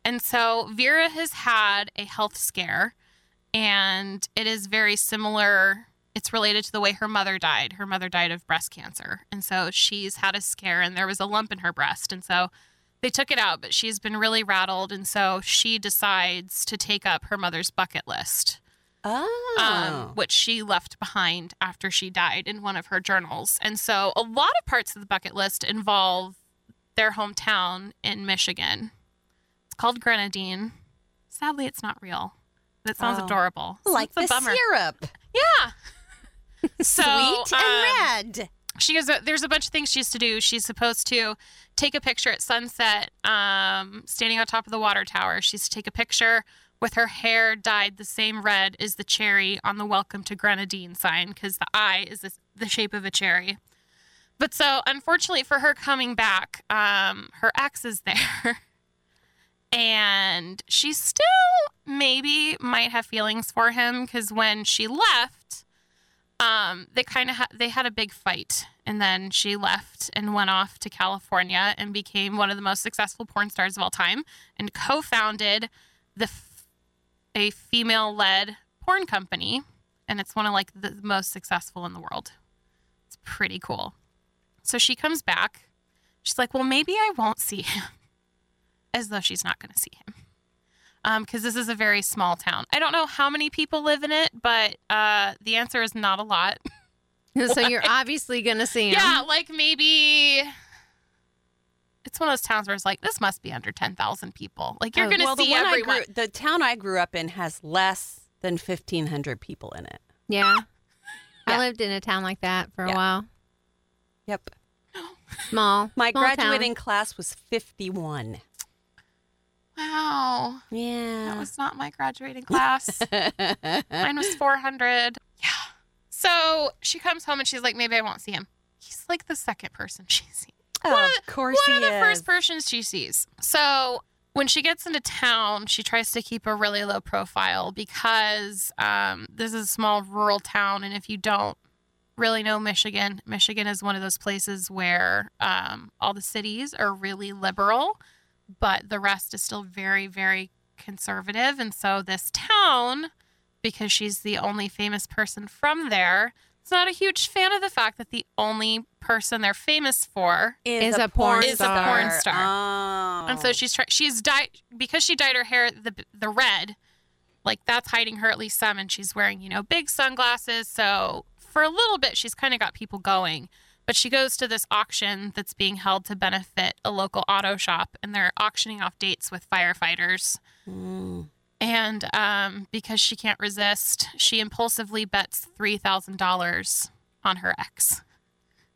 Speaker 4: And so Vera has had a health scare, and it is very similar. It's related to the way her mother died. Her mother died of breast cancer. And so she's had a scare, and there was a lump in her breast. And so they took it out, but she's been really rattled. And so she decides to take up her mother's bucket list,
Speaker 2: Oh.
Speaker 4: um, which she left behind after she died in one of her journals. And so a lot of parts of the bucket list involve their hometown in Michigan. It's called Grenadine. Sadly, it's not real. but It sounds
Speaker 2: Oh.
Speaker 4: adorable. So
Speaker 2: like
Speaker 4: it's a
Speaker 2: the
Speaker 4: bummer.
Speaker 2: syrup,
Speaker 4: Yeah. so,
Speaker 2: sweet
Speaker 4: um,
Speaker 2: and red.
Speaker 4: she goes there's a bunch of things she has to do she's supposed to take a picture at sunset um, standing on top of the water tower she's to take a picture with her hair dyed the same red as the cherry on the welcome to grenadine sign because the eye is the, the shape of a cherry but so unfortunately for her coming back um, her ex is there and she still maybe might have feelings for him because when she left um, they kind of ha- they had a big fight, and then she left and went off to California and became one of the most successful porn stars of all time, and co-founded the f- a female-led porn company, and it's one of like the most successful in the world. It's pretty cool. So she comes back. She's like, "Well, maybe I won't see him," as though she's not going to see him because this is a very small town. I don't know how many people live in it, but uh, the answer is not a lot.
Speaker 3: So you're obviously gonna see him.
Speaker 4: Yeah, like maybe it's one of those towns where it's like this must be under ten thousand people. Like you're
Speaker 3: Oh,
Speaker 4: gonna
Speaker 2: well, the
Speaker 4: see
Speaker 2: one
Speaker 4: everyone.
Speaker 2: I grew, the town I grew up in has less than fifteen hundred people in it.
Speaker 3: Yeah.
Speaker 2: Yeah.
Speaker 3: I lived in a town like that for
Speaker 2: Yeah.
Speaker 3: a while.
Speaker 2: Yep,
Speaker 3: Small.
Speaker 2: my
Speaker 3: small town.
Speaker 2: graduating class was fifty-one.
Speaker 4: wow, that
Speaker 2: Yeah.
Speaker 4: was not my graduating class. Mine was four hundred. Yeah. So she comes home and she's like, maybe I won't see him. He's like the second person she's seen. One
Speaker 2: of course
Speaker 4: one
Speaker 2: he
Speaker 4: of the
Speaker 2: is.
Speaker 4: first persons she sees. So when she gets into town, she tries to keep a really low profile because um, this is a small rural town, and if you don't really know Michigan, Michigan is one of those places where um, all the cities are really liberal, but the rest is still very, very conservative. And so this town, because she's the only famous person from there. It's not a huge fan of the fact that the only person they're famous for
Speaker 3: is a porn
Speaker 4: is a porn
Speaker 2: star. Oh.
Speaker 4: and so she's try- she's dyed because she dyed her hair the the red, like that's hiding her at least some, and she's wearing you know big sunglasses. So for a little bit, she's kind of got people going. But she goes to this auction that's being held to benefit a local auto shop, and they're auctioning off dates with firefighters.
Speaker 2: Mm.
Speaker 4: And um, because she can't resist, she impulsively bets three thousand dollars on her ex.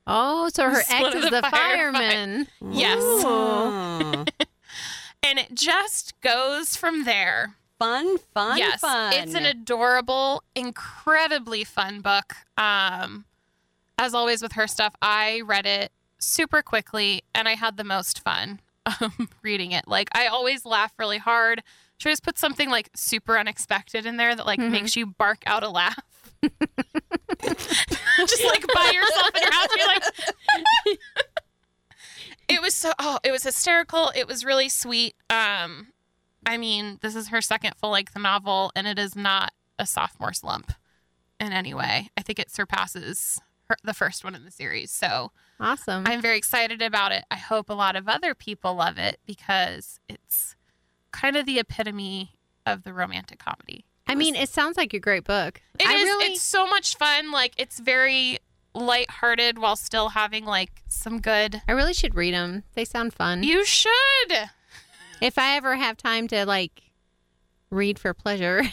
Speaker 3: Oh, so her
Speaker 4: It's one
Speaker 3: ex
Speaker 4: of
Speaker 3: is
Speaker 4: the
Speaker 3: the,
Speaker 4: firefight-
Speaker 3: fireman.
Speaker 4: Yes.
Speaker 2: Ooh.
Speaker 4: And it just goes from there.
Speaker 2: fun, fun,
Speaker 4: yes,
Speaker 2: fun.
Speaker 4: it's an adorable, incredibly fun book. Um, as always with her stuff, I read it super quickly, and I had the most fun um, reading it. Like I always laugh really hard. She always puts something like super unexpected in there that like
Speaker 3: Mhm.
Speaker 4: makes you bark out a laugh. Just like by yourself in your house, you're like. it was so. Oh, it was hysterical. It was really sweet. Um, I mean, this is her second full length novel, and it is not a sophomore slump in any way. I think it surpasses her, the first one in the series. So
Speaker 3: Awesome.
Speaker 4: I'm very excited about it. I hope a lot of other people love it because it's kind of the epitome of the romantic comedy.
Speaker 3: I mean, it sounds like a great book.
Speaker 4: It is.
Speaker 3: I really,
Speaker 4: It's so much fun. Like it's very lighthearted while still having like some good.
Speaker 3: I really should read them. They sound fun.
Speaker 4: You should.
Speaker 3: if I ever have time to like read for pleasure,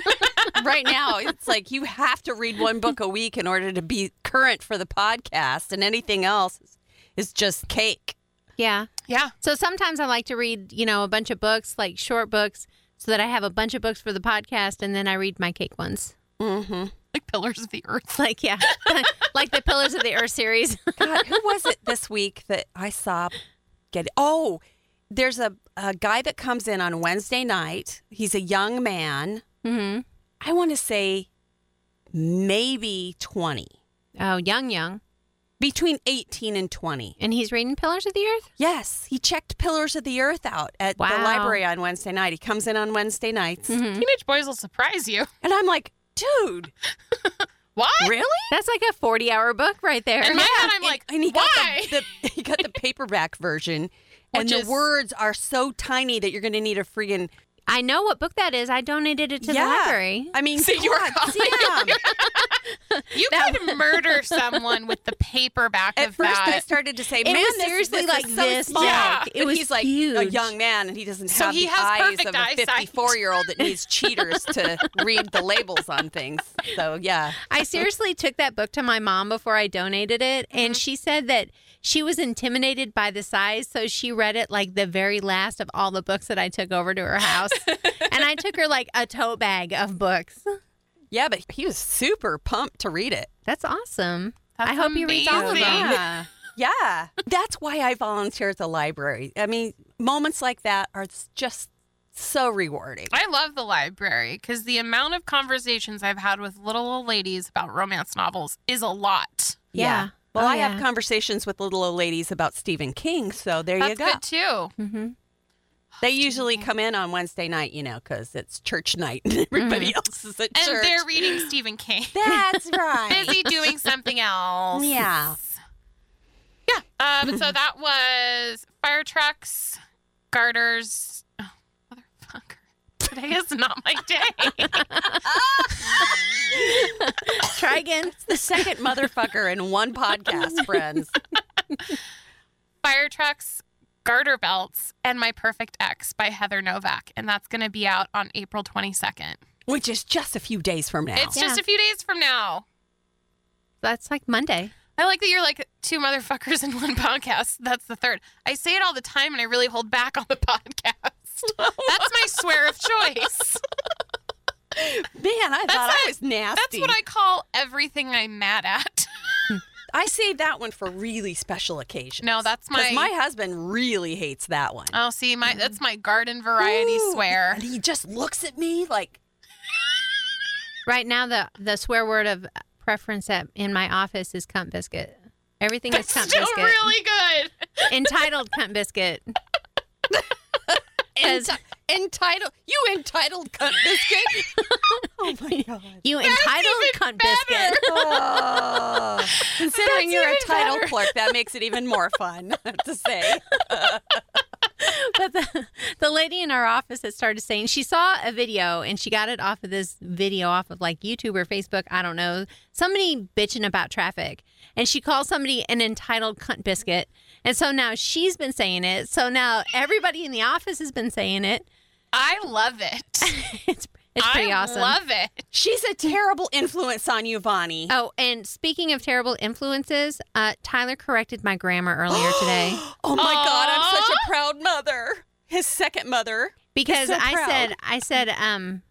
Speaker 2: right now it's like you have to read one book a week in order to be current for the podcast and anything else is- is just cake
Speaker 3: yeah.
Speaker 4: Yeah.
Speaker 3: So sometimes I like to read, you know, a bunch of books, like short books, so that I have a bunch of books for the podcast, and then I read my cake ones.
Speaker 2: mm-hmm.
Speaker 4: Like Pillars of the Earth.
Speaker 3: Like yeah, like the Pillars of the Earth series.
Speaker 2: god who was it this week that i saw get oh there's a, a guy that comes in on wednesday night he's a young man
Speaker 3: hmm
Speaker 2: i want to say maybe 20
Speaker 3: Oh, young, young,
Speaker 2: between 18 and 20
Speaker 3: and he's reading Pillars of the Earth.
Speaker 2: yes he checked pillars of the earth out at the
Speaker 3: Wow.
Speaker 2: library on wednesday night he comes in on wednesday nights
Speaker 4: Teenage boys will surprise you.
Speaker 2: and i'm like dude
Speaker 4: What?
Speaker 2: really
Speaker 3: That's like a forty-hour book right there.
Speaker 4: In my head, I'm
Speaker 2: and-
Speaker 4: like,
Speaker 2: and he
Speaker 4: why?
Speaker 2: got the, the he got the paperback version, and
Speaker 4: Which
Speaker 2: the
Speaker 4: is-
Speaker 2: words are so tiny that you're going to need a freaking
Speaker 3: I know what book that is. I donated it to
Speaker 2: yeah.
Speaker 3: the library.
Speaker 2: I mean,
Speaker 4: So you were
Speaker 2: God,
Speaker 4: calling-
Speaker 2: Sam.
Speaker 4: you could murder someone with the paperback
Speaker 2: At
Speaker 4: of
Speaker 2: first, I
Speaker 4: that.
Speaker 2: started to say,
Speaker 3: was
Speaker 2: "Man, this,
Speaker 3: seriously
Speaker 2: this
Speaker 3: like
Speaker 2: is
Speaker 3: this
Speaker 2: So small.
Speaker 4: Yeah.
Speaker 3: It
Speaker 2: But
Speaker 3: was
Speaker 2: he's like a
Speaker 3: huge.
Speaker 2: young man, and he doesn't
Speaker 4: So
Speaker 2: have the
Speaker 4: he has
Speaker 2: eyes
Speaker 4: perfect
Speaker 2: of a
Speaker 4: eyesight.
Speaker 2: 54 year old that needs cheaters to read the labels on things. So yeah,
Speaker 3: I seriously took that book to my mom before I donated it,
Speaker 2: Uh-huh.
Speaker 3: and she said that she was intimidated by the size, so she read it like the very last of all the books that I took over to her house. and I took her like a tote bag of books.
Speaker 2: yeah, but he was super pumped to read it.
Speaker 3: That's awesome.
Speaker 4: That's
Speaker 3: I hope you read all of
Speaker 4: amazing.
Speaker 3: them.
Speaker 2: Yeah. Yeah. That's why I volunteer at the library. I mean, moments like that are s- just so rewarding.
Speaker 4: I love the library because the amount of conversations I've had with little old ladies about romance novels is a lot.
Speaker 3: Yeah.
Speaker 2: Well,
Speaker 3: Oh,
Speaker 2: I
Speaker 3: yeah.
Speaker 2: have conversations with little old ladies about Stephen King, so there
Speaker 4: That's
Speaker 2: you go.
Speaker 4: good too.
Speaker 3: Mm-hmm.
Speaker 2: They usually come in on Wednesday night, you know, because it's church night and everybody else is at
Speaker 4: Mm-hmm. And
Speaker 2: church.
Speaker 4: they're reading Stephen King.
Speaker 2: That's right.
Speaker 4: busy doing something else.
Speaker 2: yeah.
Speaker 4: Yeah. Um, so that was fire trucks, garters. Oh, motherfucker. Today is not my day.
Speaker 3: Try again.
Speaker 2: The second motherfucker in one podcast, friends.
Speaker 4: fire trucks, garter belts, and my perfect ex by Heather Novak, and that's going to be out on April 22nd.
Speaker 2: Which is just a few days from now.
Speaker 4: It's
Speaker 3: Yeah.
Speaker 4: just a few days from now.
Speaker 3: That's like Monday.
Speaker 4: I like that you're like two motherfuckers in one podcast. That's the third. I say it all the time, and I really hold back on the podcast. That's my swear of choice.
Speaker 2: Man, I thought I
Speaker 4: what-
Speaker 2: was nasty.
Speaker 4: That's what I call everything I'm mad at.
Speaker 2: I save that one for really special occasions.
Speaker 4: No, that's
Speaker 2: 'Cause my
Speaker 4: my-
Speaker 2: husband really hates that one.
Speaker 4: Oh, see, my that's my garden variety
Speaker 2: Ooh,
Speaker 4: swear.
Speaker 2: And he just looks at me like,
Speaker 3: Right now, the the swear word of preference at, in my office is cunt biscuit. Everything is
Speaker 4: That's
Speaker 3: cunt
Speaker 4: still
Speaker 3: biscuit.
Speaker 4: really good.
Speaker 3: Entitled cunt biscuit. Because
Speaker 2: "Enti- entitled, you entitled cunt biscuit. oh my God.
Speaker 3: you entitled cunt biscuit.
Speaker 2: Oh. Considering
Speaker 4: That's
Speaker 2: you're a
Speaker 4: even
Speaker 2: title
Speaker 4: better.
Speaker 2: clerk, that makes it even more fun, I have to say.
Speaker 3: but the, the lady in our office had started saying she saw a video and she got it off of this video off of like YouTube or Facebook, I don't know, somebody bitching about traffic. And she called somebody an entitled cunt biscuit. And so now she's been saying it. So now everybody in the office has been saying it.
Speaker 4: I love it.
Speaker 3: It's it's pretty
Speaker 4: I
Speaker 3: awesome.
Speaker 4: love it.
Speaker 2: She's a terrible influence on you, Vonnie.
Speaker 3: oh, and speaking of terrible influences, uh, Tyler corrected my grammar earlier today.
Speaker 2: Oh my God, I'm such
Speaker 4: Aw.
Speaker 2: a proud mother. His second mother.
Speaker 3: because
Speaker 2: so
Speaker 3: I
Speaker 2: proud.
Speaker 3: said I said um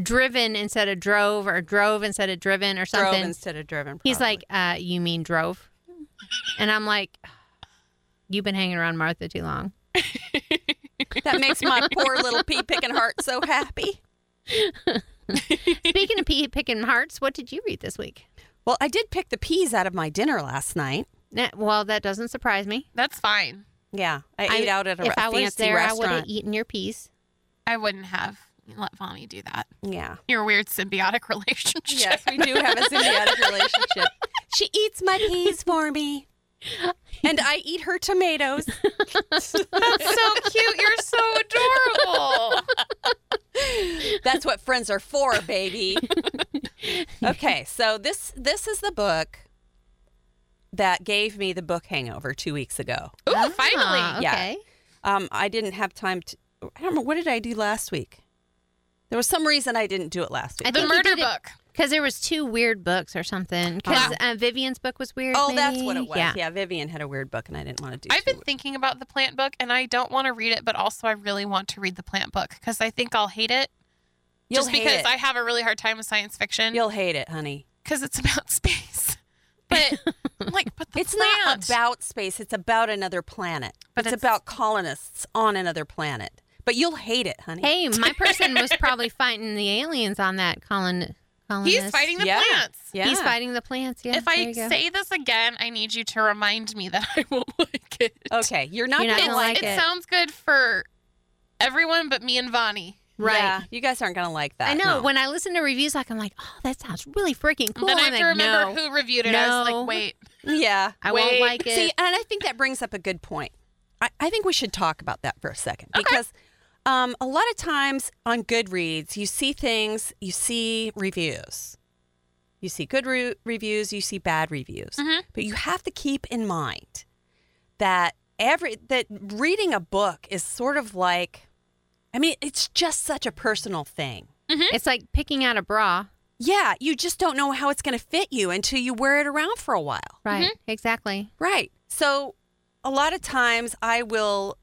Speaker 3: driven instead of drove or drove instead of driven or
Speaker 2: Drove
Speaker 3: something.
Speaker 2: instead of driven.
Speaker 3: He's
Speaker 2: probably.
Speaker 3: like, uh, you mean drove? And I'm like, you've been hanging around Martha too long.
Speaker 2: That makes my poor little pea picking heart so happy.
Speaker 3: Speaking of pea picking hearts, what did you read this week?
Speaker 2: Well, I did pick the peas out of my dinner last night.
Speaker 3: Nah, Well, that doesn't surprise me.
Speaker 4: That's fine.
Speaker 2: Yeah, I, ate out at a
Speaker 3: if
Speaker 2: re-
Speaker 3: I
Speaker 2: fancy
Speaker 3: was there, I would
Speaker 2: restaurant.
Speaker 3: have eaten your peas.
Speaker 4: I wouldn't have let Vani do that.
Speaker 2: Yeah.
Speaker 4: Your weird symbiotic relationship.
Speaker 2: Yes, we do have a symbiotic relationship. She eats my peas for me. And I eat her tomatoes.
Speaker 4: That's so cute. You're so adorable.
Speaker 2: That's what friends are for, baby. Okay, so this this is the book that gave me the book hangover two weeks ago.
Speaker 4: Ooh,
Speaker 3: Ah,
Speaker 4: finally.
Speaker 2: yeah.
Speaker 3: Okay.
Speaker 2: Um, I didn't have time to. I don't know what did I do last week. There was some reason I didn't do it last
Speaker 3: I
Speaker 2: week.
Speaker 4: The
Speaker 3: think you
Speaker 4: murder
Speaker 3: did it-
Speaker 4: book.
Speaker 3: Because there was two weird books or something. Because
Speaker 4: Uh-huh.
Speaker 3: uh, Vivian's book was weird.
Speaker 2: Oh, that's what it
Speaker 3: maybe?
Speaker 2: was.
Speaker 3: Yeah.
Speaker 2: Yeah. Vivian had a weird book, and I didn't want to do.
Speaker 4: I've
Speaker 2: too-
Speaker 4: been thinking about the plant book and I don't want to read it, but also I really want to read the plant book because I think I'll hate it.
Speaker 2: You'll
Speaker 4: just
Speaker 2: hate
Speaker 4: because
Speaker 2: it.
Speaker 4: I have a really hard time with science fiction
Speaker 2: You'll hate it, honey.
Speaker 4: because it's about space. But I'm like, but the
Speaker 2: It's
Speaker 4: plant.
Speaker 2: not about space. It's about another planet.
Speaker 4: But
Speaker 2: it's,
Speaker 4: it's-
Speaker 2: about colonists on another planet. But you'll hate it, honey.
Speaker 3: Hey, my person was probably fighting the aliens on that colon. Colonist.
Speaker 4: He's fighting the
Speaker 2: Yeah.
Speaker 4: plants.
Speaker 2: yeah.
Speaker 3: He's fighting the plants. Yeah.
Speaker 4: If
Speaker 3: there
Speaker 4: I
Speaker 3: you go.
Speaker 4: say this again, I need you to remind me that I won't like it.
Speaker 2: Okay, you're not
Speaker 3: You're not
Speaker 2: gonna
Speaker 4: It's-
Speaker 3: gonna like
Speaker 4: it,
Speaker 3: it.
Speaker 4: sounds good for everyone but me and Vonnie.
Speaker 3: right.
Speaker 2: Yeah, you guys aren't gonna like that.
Speaker 3: I know.
Speaker 2: no.
Speaker 3: When I listen to reviews, like I'm like, oh, that sounds really freaking cool.
Speaker 4: then I have
Speaker 3: I'm like,
Speaker 4: to remember
Speaker 3: no,
Speaker 4: who reviewed it. I was
Speaker 3: No.
Speaker 4: like, wait.
Speaker 2: Yeah.
Speaker 3: I
Speaker 4: Wait.
Speaker 3: won't like it.
Speaker 2: See, and I think that brings up a good point. I, I think we should talk about that for a second because um, a lot of times on Goodreads, you see things, you see reviews. You see good re- reviews, you see bad reviews.
Speaker 3: Mm-hmm.
Speaker 2: But you have to keep in mind that every that reading a book is sort of like I mean, it's just such a personal thing.
Speaker 4: mm-hmm.
Speaker 3: it's like picking out a bra.
Speaker 2: Yeah, you just don't know how it's going to fit you until you wear it around for a while.
Speaker 3: Right.
Speaker 4: Mm-hmm.
Speaker 3: Exactly.
Speaker 2: Right. So a lot of times I will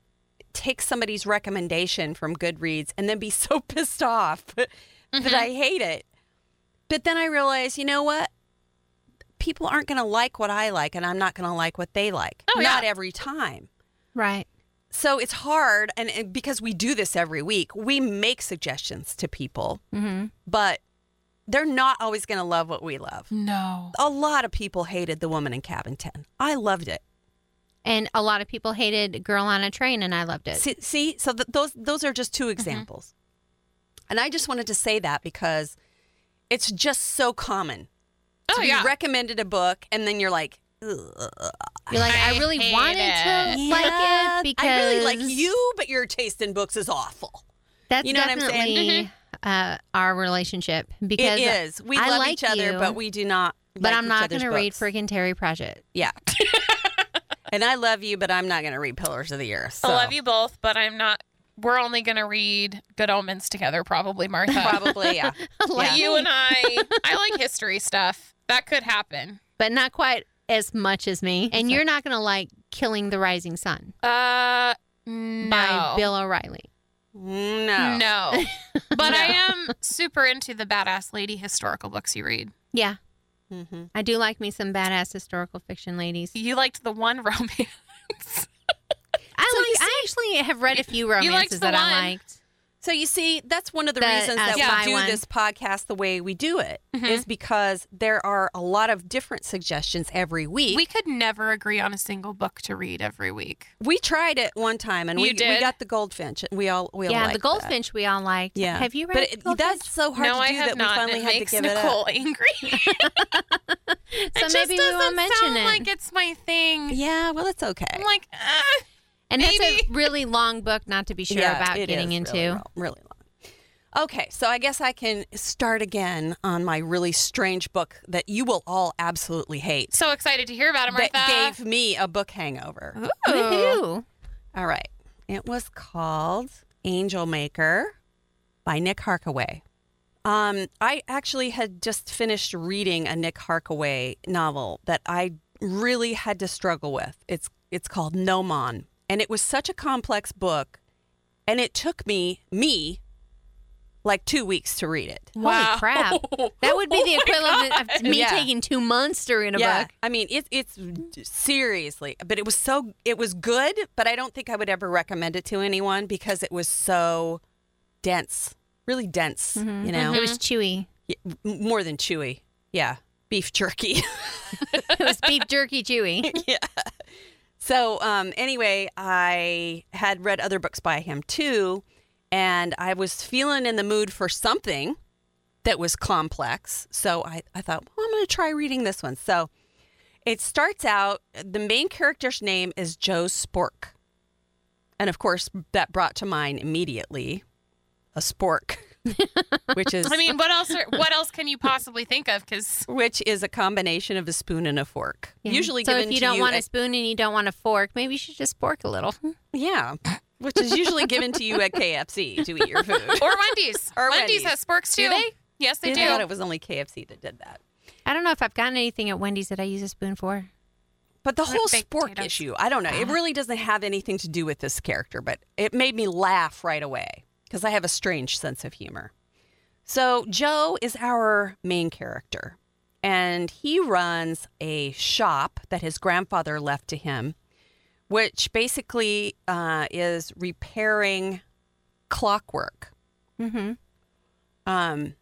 Speaker 2: take somebody's recommendation from Goodreads and then be so pissed off
Speaker 4: Mm-hmm.
Speaker 2: that I hate it. But then I realize, you know what? People aren't going to like what I like and I'm not going to like what they like.
Speaker 4: Oh,
Speaker 2: not
Speaker 4: yeah.
Speaker 2: every time.
Speaker 3: Right.
Speaker 2: So it's hard and, and because we do this every week, we make suggestions to people,
Speaker 3: Mm-hmm.
Speaker 2: but they're not always going to love what we love.
Speaker 4: No.
Speaker 2: A lot of people hated The Woman in Cabin 10. I loved it.
Speaker 3: And a lot of people hated Girl on a Train, and I loved it. Mm-hmm.
Speaker 2: See, see so th- those those are just two examples, and I just wanted to say that because it's just so common.
Speaker 4: Oh,
Speaker 2: to
Speaker 4: yeah.
Speaker 2: Be recommended a book, and then you're like, Ugh,
Speaker 3: You're like, I,
Speaker 4: I
Speaker 3: really
Speaker 4: hate
Speaker 3: wanted
Speaker 4: it.
Speaker 3: to Uh, like
Speaker 2: "Yeah,
Speaker 3: it because
Speaker 2: I really like you, but your taste in books is awful.
Speaker 3: That's
Speaker 2: You know what I'm saying? Mm-hmm.
Speaker 3: definitely uh, our relationship because
Speaker 2: it is. We
Speaker 3: I
Speaker 2: love
Speaker 3: like
Speaker 2: each other,
Speaker 3: you,
Speaker 2: but we do not.
Speaker 3: But
Speaker 2: like
Speaker 3: I'm
Speaker 2: each
Speaker 3: not
Speaker 2: other's
Speaker 3: going to read
Speaker 2: books.
Speaker 3: freaking Terry Pratchett.
Speaker 2: Yeah. and I love you, but I'm not going to read Pillars of the Earth.
Speaker 4: I love you both, but I'm not. We're only going to read Good Omens together, probably, Martha.
Speaker 2: Probably, yeah.
Speaker 3: like
Speaker 2: Yeah.
Speaker 4: You and I, I like history stuff. That could happen.
Speaker 3: but not quite as much as me. And you're not going to like Killing the Rising Sun
Speaker 4: Uh, no.
Speaker 3: by Bill O'Reilly.
Speaker 2: No.
Speaker 4: No. But I
Speaker 3: No.
Speaker 4: am super into the badass lady historical books you read.
Speaker 3: Yeah,
Speaker 2: Mm-hmm.
Speaker 3: I do like me some badass historical fiction ladies.
Speaker 4: You liked the one romance.
Speaker 3: I
Speaker 2: So you
Speaker 3: like. I actually have read a few romances
Speaker 4: liked the
Speaker 3: that
Speaker 4: one.
Speaker 3: I liked.
Speaker 2: So you see, that's one of the,
Speaker 3: The,
Speaker 2: reasons
Speaker 3: uh,
Speaker 2: that
Speaker 3: spy
Speaker 2: we do
Speaker 3: one. Mm-hmm.
Speaker 2: this podcast the way we do it is because there are a lot of different suggestions every week.
Speaker 4: we could never agree on a single book to read every week.
Speaker 2: we tried it one time and
Speaker 4: You
Speaker 2: we, we
Speaker 4: did?
Speaker 2: got the goldfinch. and We all we all
Speaker 3: yeah,
Speaker 2: liked
Speaker 3: the
Speaker 2: that.
Speaker 3: Goldfinch we all liked.
Speaker 2: Yeah,
Speaker 3: have you read?
Speaker 2: But it,
Speaker 3: Goldfinch?
Speaker 2: that's so hard
Speaker 4: no,
Speaker 2: to do
Speaker 4: I have
Speaker 2: that we
Speaker 4: not.
Speaker 2: finally
Speaker 4: and it
Speaker 2: had
Speaker 4: makes
Speaker 2: to give
Speaker 4: Nicole angry.
Speaker 3: so
Speaker 4: it just
Speaker 3: maybe we
Speaker 4: doesn't
Speaker 3: won't mention
Speaker 4: sound
Speaker 3: it.
Speaker 4: like it's my thing.
Speaker 2: it up. Yeah, well, it's okay.
Speaker 4: I'm like, ah.
Speaker 3: and that's
Speaker 4: maybe.
Speaker 3: a really long book not to be sure
Speaker 2: yeah,
Speaker 3: about
Speaker 2: it
Speaker 3: getting
Speaker 2: is
Speaker 3: into.
Speaker 2: really, long- really long. Okay, so I guess I can start again on my really strange book that you will all absolutely hate.
Speaker 4: so excited to hear about it, Martha.
Speaker 2: That gave me a book hangover.
Speaker 3: Woohoo.
Speaker 2: All right. It was called Angel Maker by Nick Harkaway. Um, I actually had just finished reading a Nick Harkaway novel that I really had to struggle with. It's it's called Gnomon, and it was such a complex book, and it took me me like two weeks to read it.
Speaker 4: Wow.
Speaker 3: Holy crap. That would be the equivalent of me
Speaker 2: Yeah.
Speaker 3: taking two months to read a book.
Speaker 2: I mean it, it's seriously, but it was so it was good, but I don't think I would ever recommend it to anyone because it was so dense, really dense.
Speaker 3: Mm-hmm.
Speaker 2: You know,
Speaker 3: It was chewy.
Speaker 2: Yeah, m- more than chewy. Yeah, beef jerky.
Speaker 3: It was beef jerky chewy.
Speaker 2: so um, anyway, I had read other books by him too, and I was feeling in the mood for something that was complex. So I, I thought, well, I'm going to try reading this one. So it starts out the main character's name is Joe Spork. And of course, that brought to mind immediately a spork, which is.
Speaker 4: I mean, what else? Are, what else can you possibly think of? Because
Speaker 2: which is a combination of a spoon and a fork.
Speaker 3: Yeah.
Speaker 2: Usually,
Speaker 3: so
Speaker 2: given
Speaker 3: if you
Speaker 2: to
Speaker 3: don't
Speaker 2: you
Speaker 3: want
Speaker 2: at-
Speaker 3: a spoon and you don't want a fork, maybe you should just fork a little. Hmm.
Speaker 2: yeah, which is usually given to you at KFC to eat your food.
Speaker 4: or Wendy's.
Speaker 2: Or
Speaker 4: Wendy's,
Speaker 2: Wendy's.
Speaker 4: has sporks too.
Speaker 2: Do they?
Speaker 4: Yes, they
Speaker 2: I thought it
Speaker 4: do.
Speaker 2: was only KFC that did that.
Speaker 3: I don't know if I've gotten anything at Wendy's that I use a spoon for.
Speaker 2: But the
Speaker 4: Like
Speaker 2: whole
Speaker 4: baked
Speaker 2: spork
Speaker 4: potatoes. Uh-huh.
Speaker 2: issue, I don't know. It really doesn't have anything to do with this character, but it made me laugh right away because I have a strange sense of humor. So, Joe is our main character, and he runs a shop that his grandfather left to him, which basically uh, is repairing clockwork.
Speaker 3: Mm-hmm.
Speaker 2: um,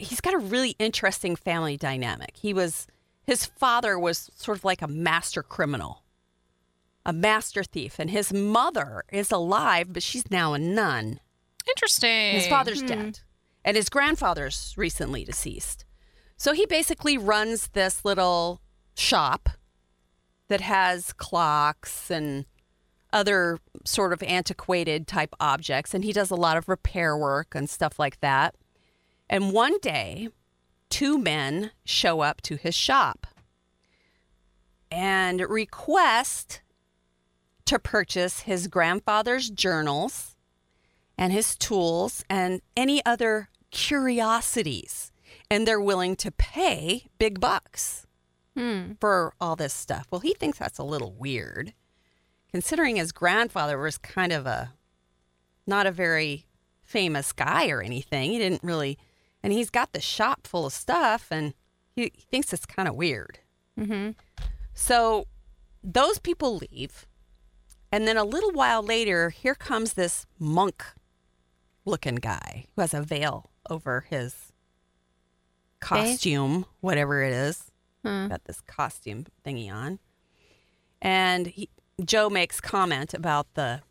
Speaker 2: he's got a really interesting family dynamic. He was his father was sort of like a master criminal, a master thief, and his mother is alive, but she's now a nun.
Speaker 4: Interesting.
Speaker 2: His father's dead, and his grandfather's recently deceased. So he basically runs this little shop that has clocks and other sort of antiquated type objects, and he does a lot of repair work and stuff like that. And one day, two men show up to his shop and request to purchase his grandfather's journals and his tools and any other curiosities. And they're willing to pay big bucks
Speaker 3: Hmm.
Speaker 2: for all this stuff. Well, he thinks that's a little weird, considering his grandfather was kind of a not a very famous guy or anything. He didn't really, and he's got the shop full of stuff, and he, he thinks it's kind of weird.
Speaker 3: Mm-hmm.
Speaker 2: So those people leave. And then a little while later, here comes this monk looking guy who has a veil over his costume, whatever it is.
Speaker 3: Hmm.
Speaker 2: Got this costume thingy on. And he, Joe makes comment about the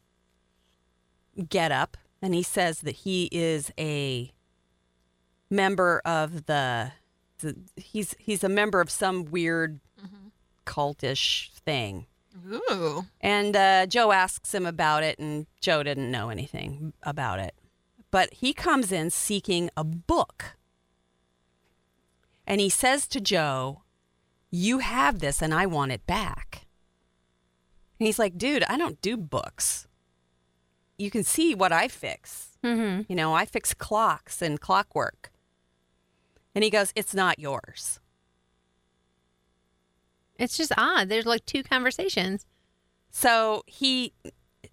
Speaker 2: get up. And he says that he is a member of the, the he's he's a member of some weird cultish thing.
Speaker 4: Ooh.
Speaker 2: And uh, Joe asks him about it, and Joe didn't know anything about it. But he comes in seeking a book. And he says to Joe, You have this, and I want it back. And he's like, Dude, I don't do books. You can see what I fix.
Speaker 3: Mm-hmm.
Speaker 2: You know, I fix clocks and clockwork. And he goes, It's not yours.
Speaker 3: It's just odd. There's like two conversations.
Speaker 2: So he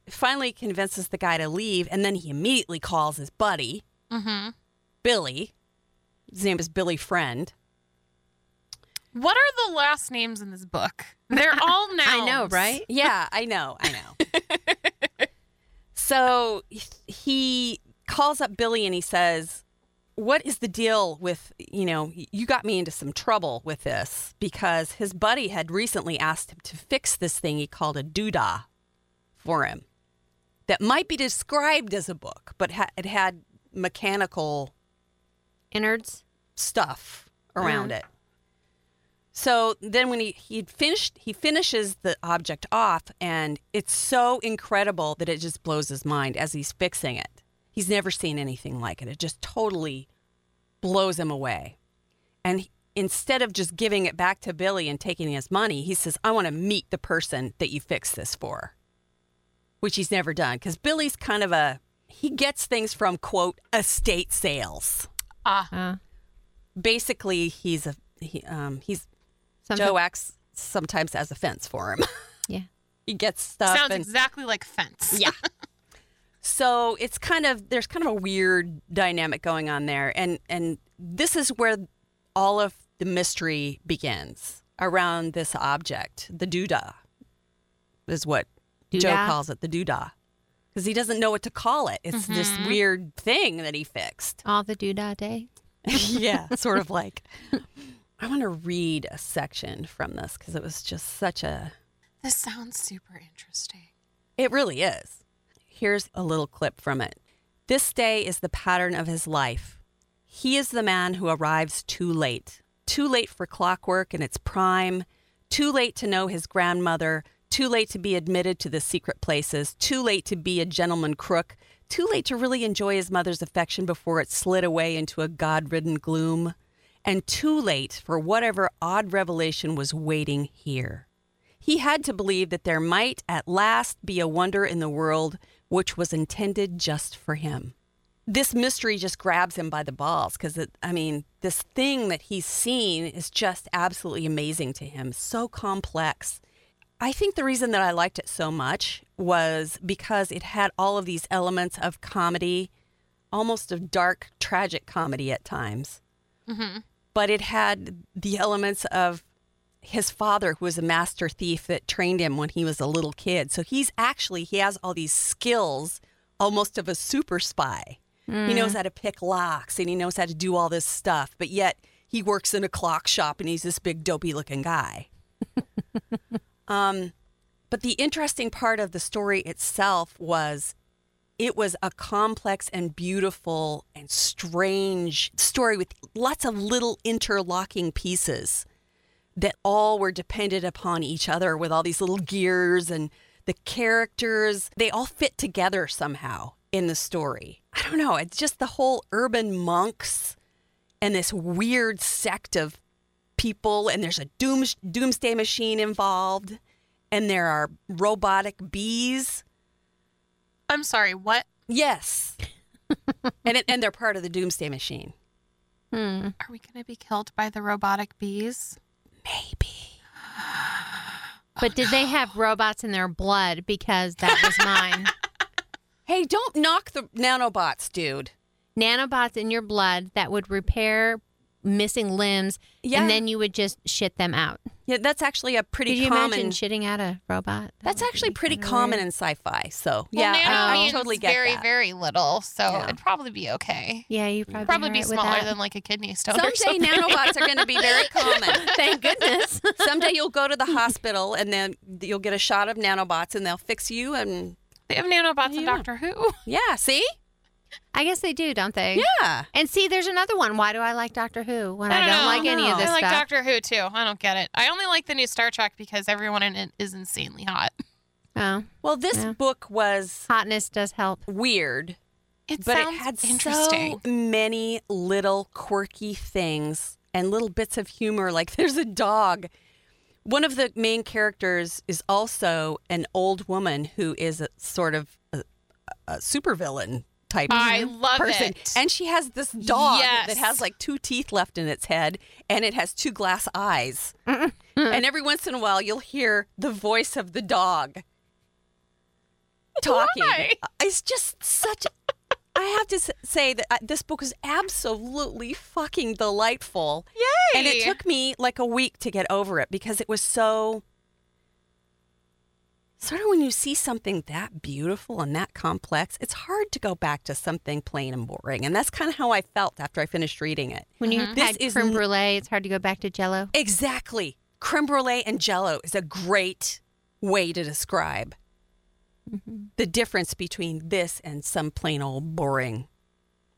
Speaker 2: finally convinces the guy to leave, and then he immediately calls his buddy,
Speaker 4: Mm-hmm.
Speaker 2: Billy. His name is Billy Friend.
Speaker 4: What are the last names in this book? They're all nouns.
Speaker 3: I know, right?
Speaker 2: Yeah, I know, I know. so he calls up Billy and he says, What is the deal with, you know, you got me into some trouble with this because his buddy had recently asked him to fix this thing he called a doodah for him that might be described as a book, but ha- it had mechanical
Speaker 3: Innards.
Speaker 2: stuff around it. So then when he he finished he finishes the object off and it's so incredible that it just blows his mind as he's fixing it. He's never seen anything like it. It just totally blows him away. And he- instead of just giving it back to Billy and taking his money, he says, "I want to meet the person that you fixed this for." Which he's never done cuz Billy's kind of a he gets things from quote estate sales
Speaker 4: Ah,
Speaker 3: Uh,
Speaker 2: basically he's a he, um, he's
Speaker 3: something.
Speaker 2: Joe acts sometimes as a fence for him.
Speaker 3: Yeah.
Speaker 2: he gets stuff.
Speaker 4: sounds
Speaker 2: and-
Speaker 4: exactly like fence.
Speaker 2: yeah. so it's kind of there's kind of a weird dynamic going on there, and and this is where all of the mystery begins around this object, the doodah, is what Joe
Speaker 3: Doodah.
Speaker 2: calls it, the doodah, because he doesn't know what to call it. It's this weird thing that he fixed.
Speaker 3: All the doodah day.
Speaker 2: yeah, sort of like I want to read a section from this because it was just such a.
Speaker 4: This sounds super interesting.
Speaker 2: It really is. Here's a little clip from it. This day is the pattern of his life. He is the man who arrives too late, too late for clockwork in its prime, too late to know his grandmother, too late to be admitted to the secret places, too late to be a gentleman crook, too late to really enjoy his mother's affection before it slid away into a God ridden gloom, and too late for whatever odd revelation was waiting here. He had to believe that there might at last be a wonder in the world which was intended just for him. This mystery just grabs him by the balls because, I mean, this thing that he's seen is just absolutely amazing to him, so complex. I think the reason that I liked it so much was because it had all of these elements of comedy, almost of dark, tragic comedy at times. But it had the elements of his father, who was a master thief that trained him when he was a little kid. So he's actually, he has all these skills almost of a super spy. He knows how to pick locks and he knows how to do all this stuff, but yet he works in a clock shop and he's this big, dopey looking guy. um, but the interesting part of the story itself was it was a complex and beautiful and strange story with lots of little interlocking pieces that all were dependent upon each other with all these little gears and the characters. They all fit together somehow in the story. I don't know. It's just the whole urban monks and this weird sect of people, and there's a doom, doomsday machine involved, and there are robotic bees.
Speaker 4: I'm sorry, what?
Speaker 2: Yes. and, it, and they're part of the doomsday machine. Oh,
Speaker 3: Hmm.
Speaker 4: Are we going to be killed by the robotic bees?
Speaker 2: Maybe.
Speaker 3: But did they have robots in their blood? Because that was mine.
Speaker 2: Hey, don't knock the nanobots, dude.
Speaker 3: Nanobots in your blood that would repair missing limbs,
Speaker 2: Yeah.
Speaker 3: and then you would just shit them out.
Speaker 2: Yeah, that's actually a pretty
Speaker 3: Could you
Speaker 2: common.
Speaker 3: imagine shitting out a robot? That
Speaker 2: That's
Speaker 3: would
Speaker 2: actually
Speaker 3: be
Speaker 2: pretty
Speaker 3: kinda
Speaker 2: common
Speaker 3: weird.
Speaker 2: in sci-fi. So
Speaker 4: Well,
Speaker 2: yeah,
Speaker 4: nano
Speaker 2: I, I
Speaker 4: means
Speaker 2: totally get
Speaker 4: very,
Speaker 2: that.
Speaker 4: very little, so
Speaker 2: Yeah.
Speaker 4: it'd probably be okay.
Speaker 3: Yeah, you probably
Speaker 4: Probably
Speaker 3: all
Speaker 4: be
Speaker 3: right with
Speaker 4: smaller
Speaker 3: that.
Speaker 4: than like a kidney stone. or
Speaker 2: Someday
Speaker 4: something.
Speaker 2: nanobots are going to be very common.
Speaker 3: Thank goodness.
Speaker 2: Someday you'll go to the hospital and then you'll get a shot of nanobots and they'll fix you. And
Speaker 4: They have nanobots in
Speaker 2: Yeah.
Speaker 4: Doctor Who.
Speaker 2: yeah, see,
Speaker 3: I guess they do, don't they?
Speaker 2: yeah,
Speaker 3: And see, there's another one. Why do I like Doctor Who when I don't,
Speaker 4: know.
Speaker 3: like any
Speaker 2: No.
Speaker 3: of this
Speaker 4: I like
Speaker 3: stuff?
Speaker 4: Doctor Who too. I don't get it. I only like the new Star Trek because everyone in it is insanely hot.
Speaker 3: oh,
Speaker 2: Well, this
Speaker 3: Yeah.
Speaker 2: book was
Speaker 3: hotness does help.
Speaker 2: weird,
Speaker 4: It
Speaker 2: but
Speaker 4: sounds
Speaker 2: it had
Speaker 4: interesting.
Speaker 2: so many little quirky things and little bits of humor. Like there's a dog. One of the main characters is also an old woman who is a sort of a, a supervillain type.
Speaker 4: I love
Speaker 2: person.
Speaker 4: it.
Speaker 2: And she has this dog that
Speaker 4: Yes.
Speaker 2: has like two teeth left in its head and it has two glass eyes. and every once in a while, you'll hear the voice of the dog talking.
Speaker 4: Why?
Speaker 2: It's just such. I have to s- say that uh, this book is absolutely fucking delightful.
Speaker 4: Yay!
Speaker 2: And it took me like a week to get over it because it was so. Sort of when you see something that beautiful and that complex, it's hard to go back to something plain and boring. And that's kind of how I felt after I finished reading it.
Speaker 3: When you
Speaker 2: Mm-hmm. This
Speaker 3: had
Speaker 2: is
Speaker 3: creme
Speaker 2: n-
Speaker 3: brulee, it's hard to go back to Jello.
Speaker 2: Exactly. Creme brulee and jello is a great way to describe
Speaker 4: Mm-hmm.
Speaker 2: the difference between this and some plain old boring,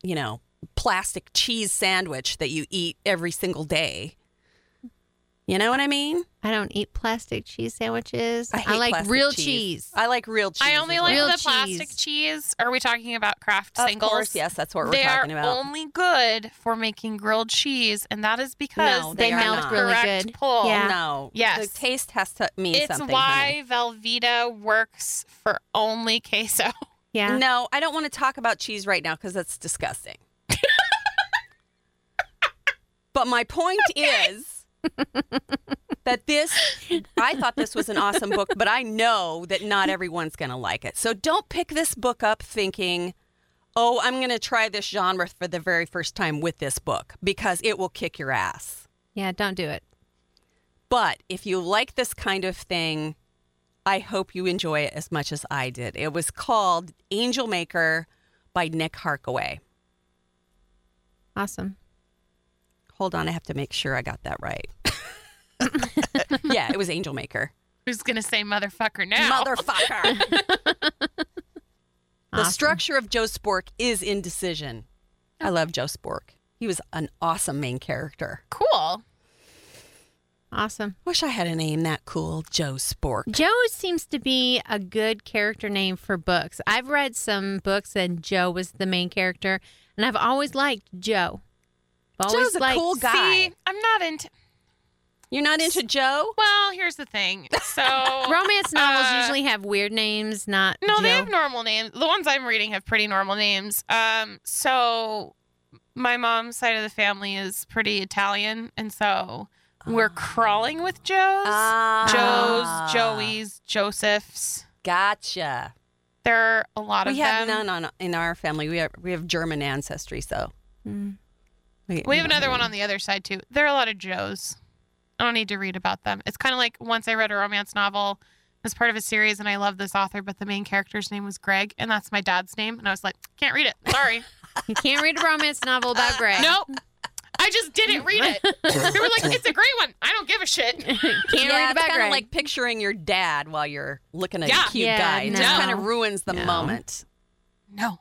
Speaker 2: you know, plastic cheese sandwich that you eat every single day. You know what I mean?
Speaker 3: I don't eat plastic cheese sandwiches.
Speaker 2: I, hate
Speaker 3: like
Speaker 2: plastic
Speaker 3: real
Speaker 2: I like real cheese.
Speaker 4: I
Speaker 2: as
Speaker 4: only
Speaker 2: well.
Speaker 4: like
Speaker 3: Real
Speaker 4: the plastic
Speaker 3: cheese.
Speaker 4: cheese. Are we talking about craft
Speaker 2: Of
Speaker 4: singles?
Speaker 2: course, yes, that's what we're
Speaker 4: they
Speaker 2: talking
Speaker 4: are
Speaker 2: about.
Speaker 4: only good for making grilled cheese, and that is because
Speaker 2: No,
Speaker 3: They,
Speaker 2: They are
Speaker 3: melt
Speaker 2: not.
Speaker 3: really
Speaker 4: correct
Speaker 3: good.
Speaker 4: pull.
Speaker 3: Yeah.
Speaker 2: No.
Speaker 4: Yes.
Speaker 2: The taste has to mean
Speaker 4: It's
Speaker 2: something.
Speaker 4: why Velveeta works for only queso.
Speaker 3: Yeah.
Speaker 2: honey. No, I don't want to talk about cheese right now because that's disgusting. but my point is that this, I thought this was an awesome book, but I know that not everyone's going to like it. So don't pick this book up thinking, oh, I'm going to try this genre for the very first time with this book because it will kick your ass.
Speaker 3: Yeah, don't do it.
Speaker 2: But if you like this kind of thing, I hope you enjoy it as much as I did. It was called Angel Maker by Nick Harkaway.
Speaker 3: Awesome.
Speaker 2: Hold on, I have to make sure I got that right. yeah, it was Angel Maker.
Speaker 4: Who's gonna say motherfucker now?
Speaker 2: Motherfucker. The structure of Joe Spork is indecision. I love Joe Spork. He was an awesome main character.
Speaker 4: Cool.
Speaker 3: Awesome.
Speaker 2: Wish I had a name that cool, Joe Spork.
Speaker 3: Joe seems to be a good character name for books. I've read some books and Joe was the main character, and I've always liked Joe. I've always
Speaker 2: Joe's a
Speaker 3: liked-
Speaker 2: cool guy.
Speaker 4: See, I'm not into.
Speaker 2: You're not into Joe?
Speaker 4: Well, here's the thing. So
Speaker 3: Romance novels
Speaker 4: Uh,
Speaker 3: usually have weird names, not
Speaker 4: No, they
Speaker 3: Joe.
Speaker 4: have normal names. The ones I'm reading have pretty normal names. Um, so my mom's side of the family is pretty Italian, and so we're crawling with Joes,
Speaker 2: Ah.
Speaker 4: Joes, Joeys, Josephs.
Speaker 2: Gotcha.
Speaker 4: There are a lot of
Speaker 2: We have
Speaker 4: them.
Speaker 2: none on, in our family. We have we have German ancestry, so
Speaker 3: Mm.
Speaker 4: We have another one on the other side too. There are a lot of Joes. I don't need to read about them. It's kind of like once I read a romance novel as part of a series, and I love this author, but the main character's name was Greg, and that's my dad's name, and I was like, can't read it. Sorry.
Speaker 3: You can't read a romance novel about Greg.
Speaker 4: Nope. I just didn't read it. They were like, it's a great one. I don't give a shit.
Speaker 3: Can't
Speaker 2: yeah,
Speaker 3: read
Speaker 2: it's
Speaker 3: about
Speaker 2: kind
Speaker 3: Greg.
Speaker 2: of like picturing your dad while you're looking at
Speaker 4: Yeah.
Speaker 2: a cute
Speaker 3: Yeah,
Speaker 2: guy. It just
Speaker 4: no.
Speaker 2: kind of ruins the
Speaker 3: No.
Speaker 2: moment.
Speaker 4: No.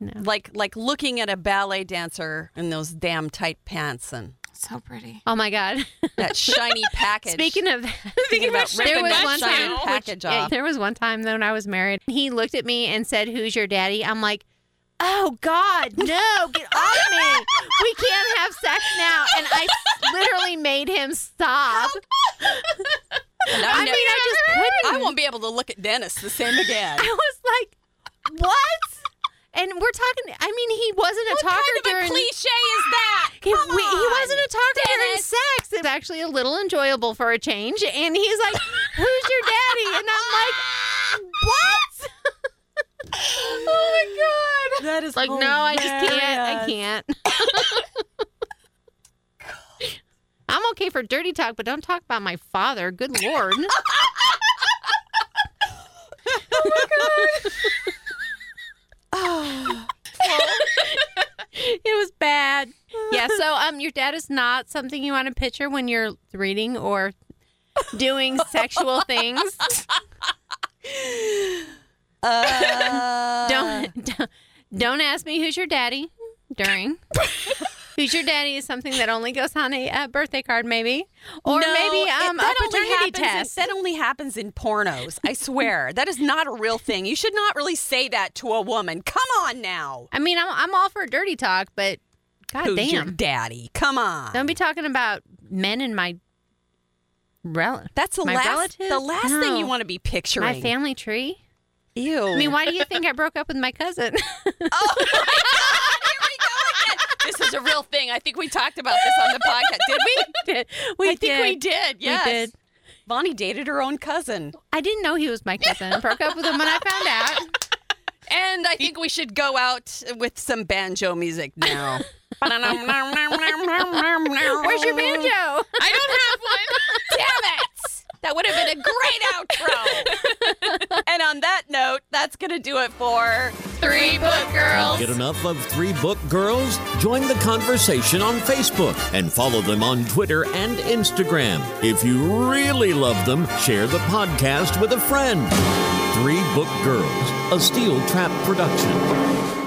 Speaker 3: No.
Speaker 2: Like like looking at a ballet dancer in those damn tight pants and
Speaker 4: So pretty.
Speaker 3: Oh my god.
Speaker 2: that shiny package.
Speaker 3: Speaking of that,
Speaker 4: Thinking about
Speaker 3: there
Speaker 4: ripping
Speaker 3: was
Speaker 4: that
Speaker 3: one
Speaker 4: shiny
Speaker 3: time, which-
Speaker 2: package
Speaker 3: yeah,
Speaker 2: off.
Speaker 3: there was one time though when I was married. He looked at me and said, "Who's your daddy?" I'm like, "Oh God, no! Get off me! We can't have sex now!" And I literally made him stop.
Speaker 2: And
Speaker 3: I
Speaker 2: I've
Speaker 3: mean,
Speaker 2: never-
Speaker 3: I just couldn't.
Speaker 2: I won't be able to look at Dennis the same again.
Speaker 3: I was like, "What?" And we're talking. I mean, he wasn't a talker during.
Speaker 2: is that?
Speaker 3: He, we, he wasn't a talker during sex. It's actually a little enjoyable for a change. And he's like, "Who's your daddy?" And I'm like, "What?" oh my god!
Speaker 2: That is
Speaker 3: Like, no, I just can't. I can't. I'm okay for dirty talk, but don't talk about my father. Good lord. it was bad. Yeah, so um your dad is not something you want to picture when you're reading or doing sexual things.
Speaker 2: Uh,
Speaker 3: Don't don't- don't ask me who's your daddy during. who's your daddy is something that only goes on a, uh birthday card maybe or
Speaker 2: No,
Speaker 3: maybe
Speaker 2: it-
Speaker 3: um
Speaker 2: that only
Speaker 3: opportunity
Speaker 2: happens in-
Speaker 3: test.
Speaker 2: that only happens in pornos. I swear, that is not a real thing. You should not really say that to a woman. Come on now.
Speaker 3: I mean, I'm I'm all for dirty talk, but god
Speaker 2: Who's your
Speaker 3: damn.
Speaker 2: daddy? Come on.
Speaker 3: Don't be talking about men and my rel-
Speaker 2: That's the
Speaker 3: my
Speaker 2: last.
Speaker 3: relatives?
Speaker 2: The last thing you
Speaker 3: No.
Speaker 2: want to be picturing.
Speaker 3: my family tree.
Speaker 2: Ew.
Speaker 3: I mean, why do you think I broke up with my cousin?
Speaker 2: this is a real thing. I think we talked about this on the podcast, did we?
Speaker 3: we
Speaker 2: I think we did. Yes.
Speaker 3: did.
Speaker 2: Bonnie dated her own cousin,
Speaker 3: I didn't know he was my cousin. broke up with him when I found out.
Speaker 2: and I think we should go out with some banjo music now. Where's
Speaker 3: Where's
Speaker 2: Oh.
Speaker 3: your banjo?
Speaker 4: I don't have one.
Speaker 2: Damn it! That would have been a great outro. and on that note, that's going to do it for Three Book Girls.
Speaker 5: Get enough of Three Book Girls? Join the conversation on Facebook and follow them on Twitter and Instagram. If you really love them, share the podcast with a friend. Three Book Girls, a Steel Trap production.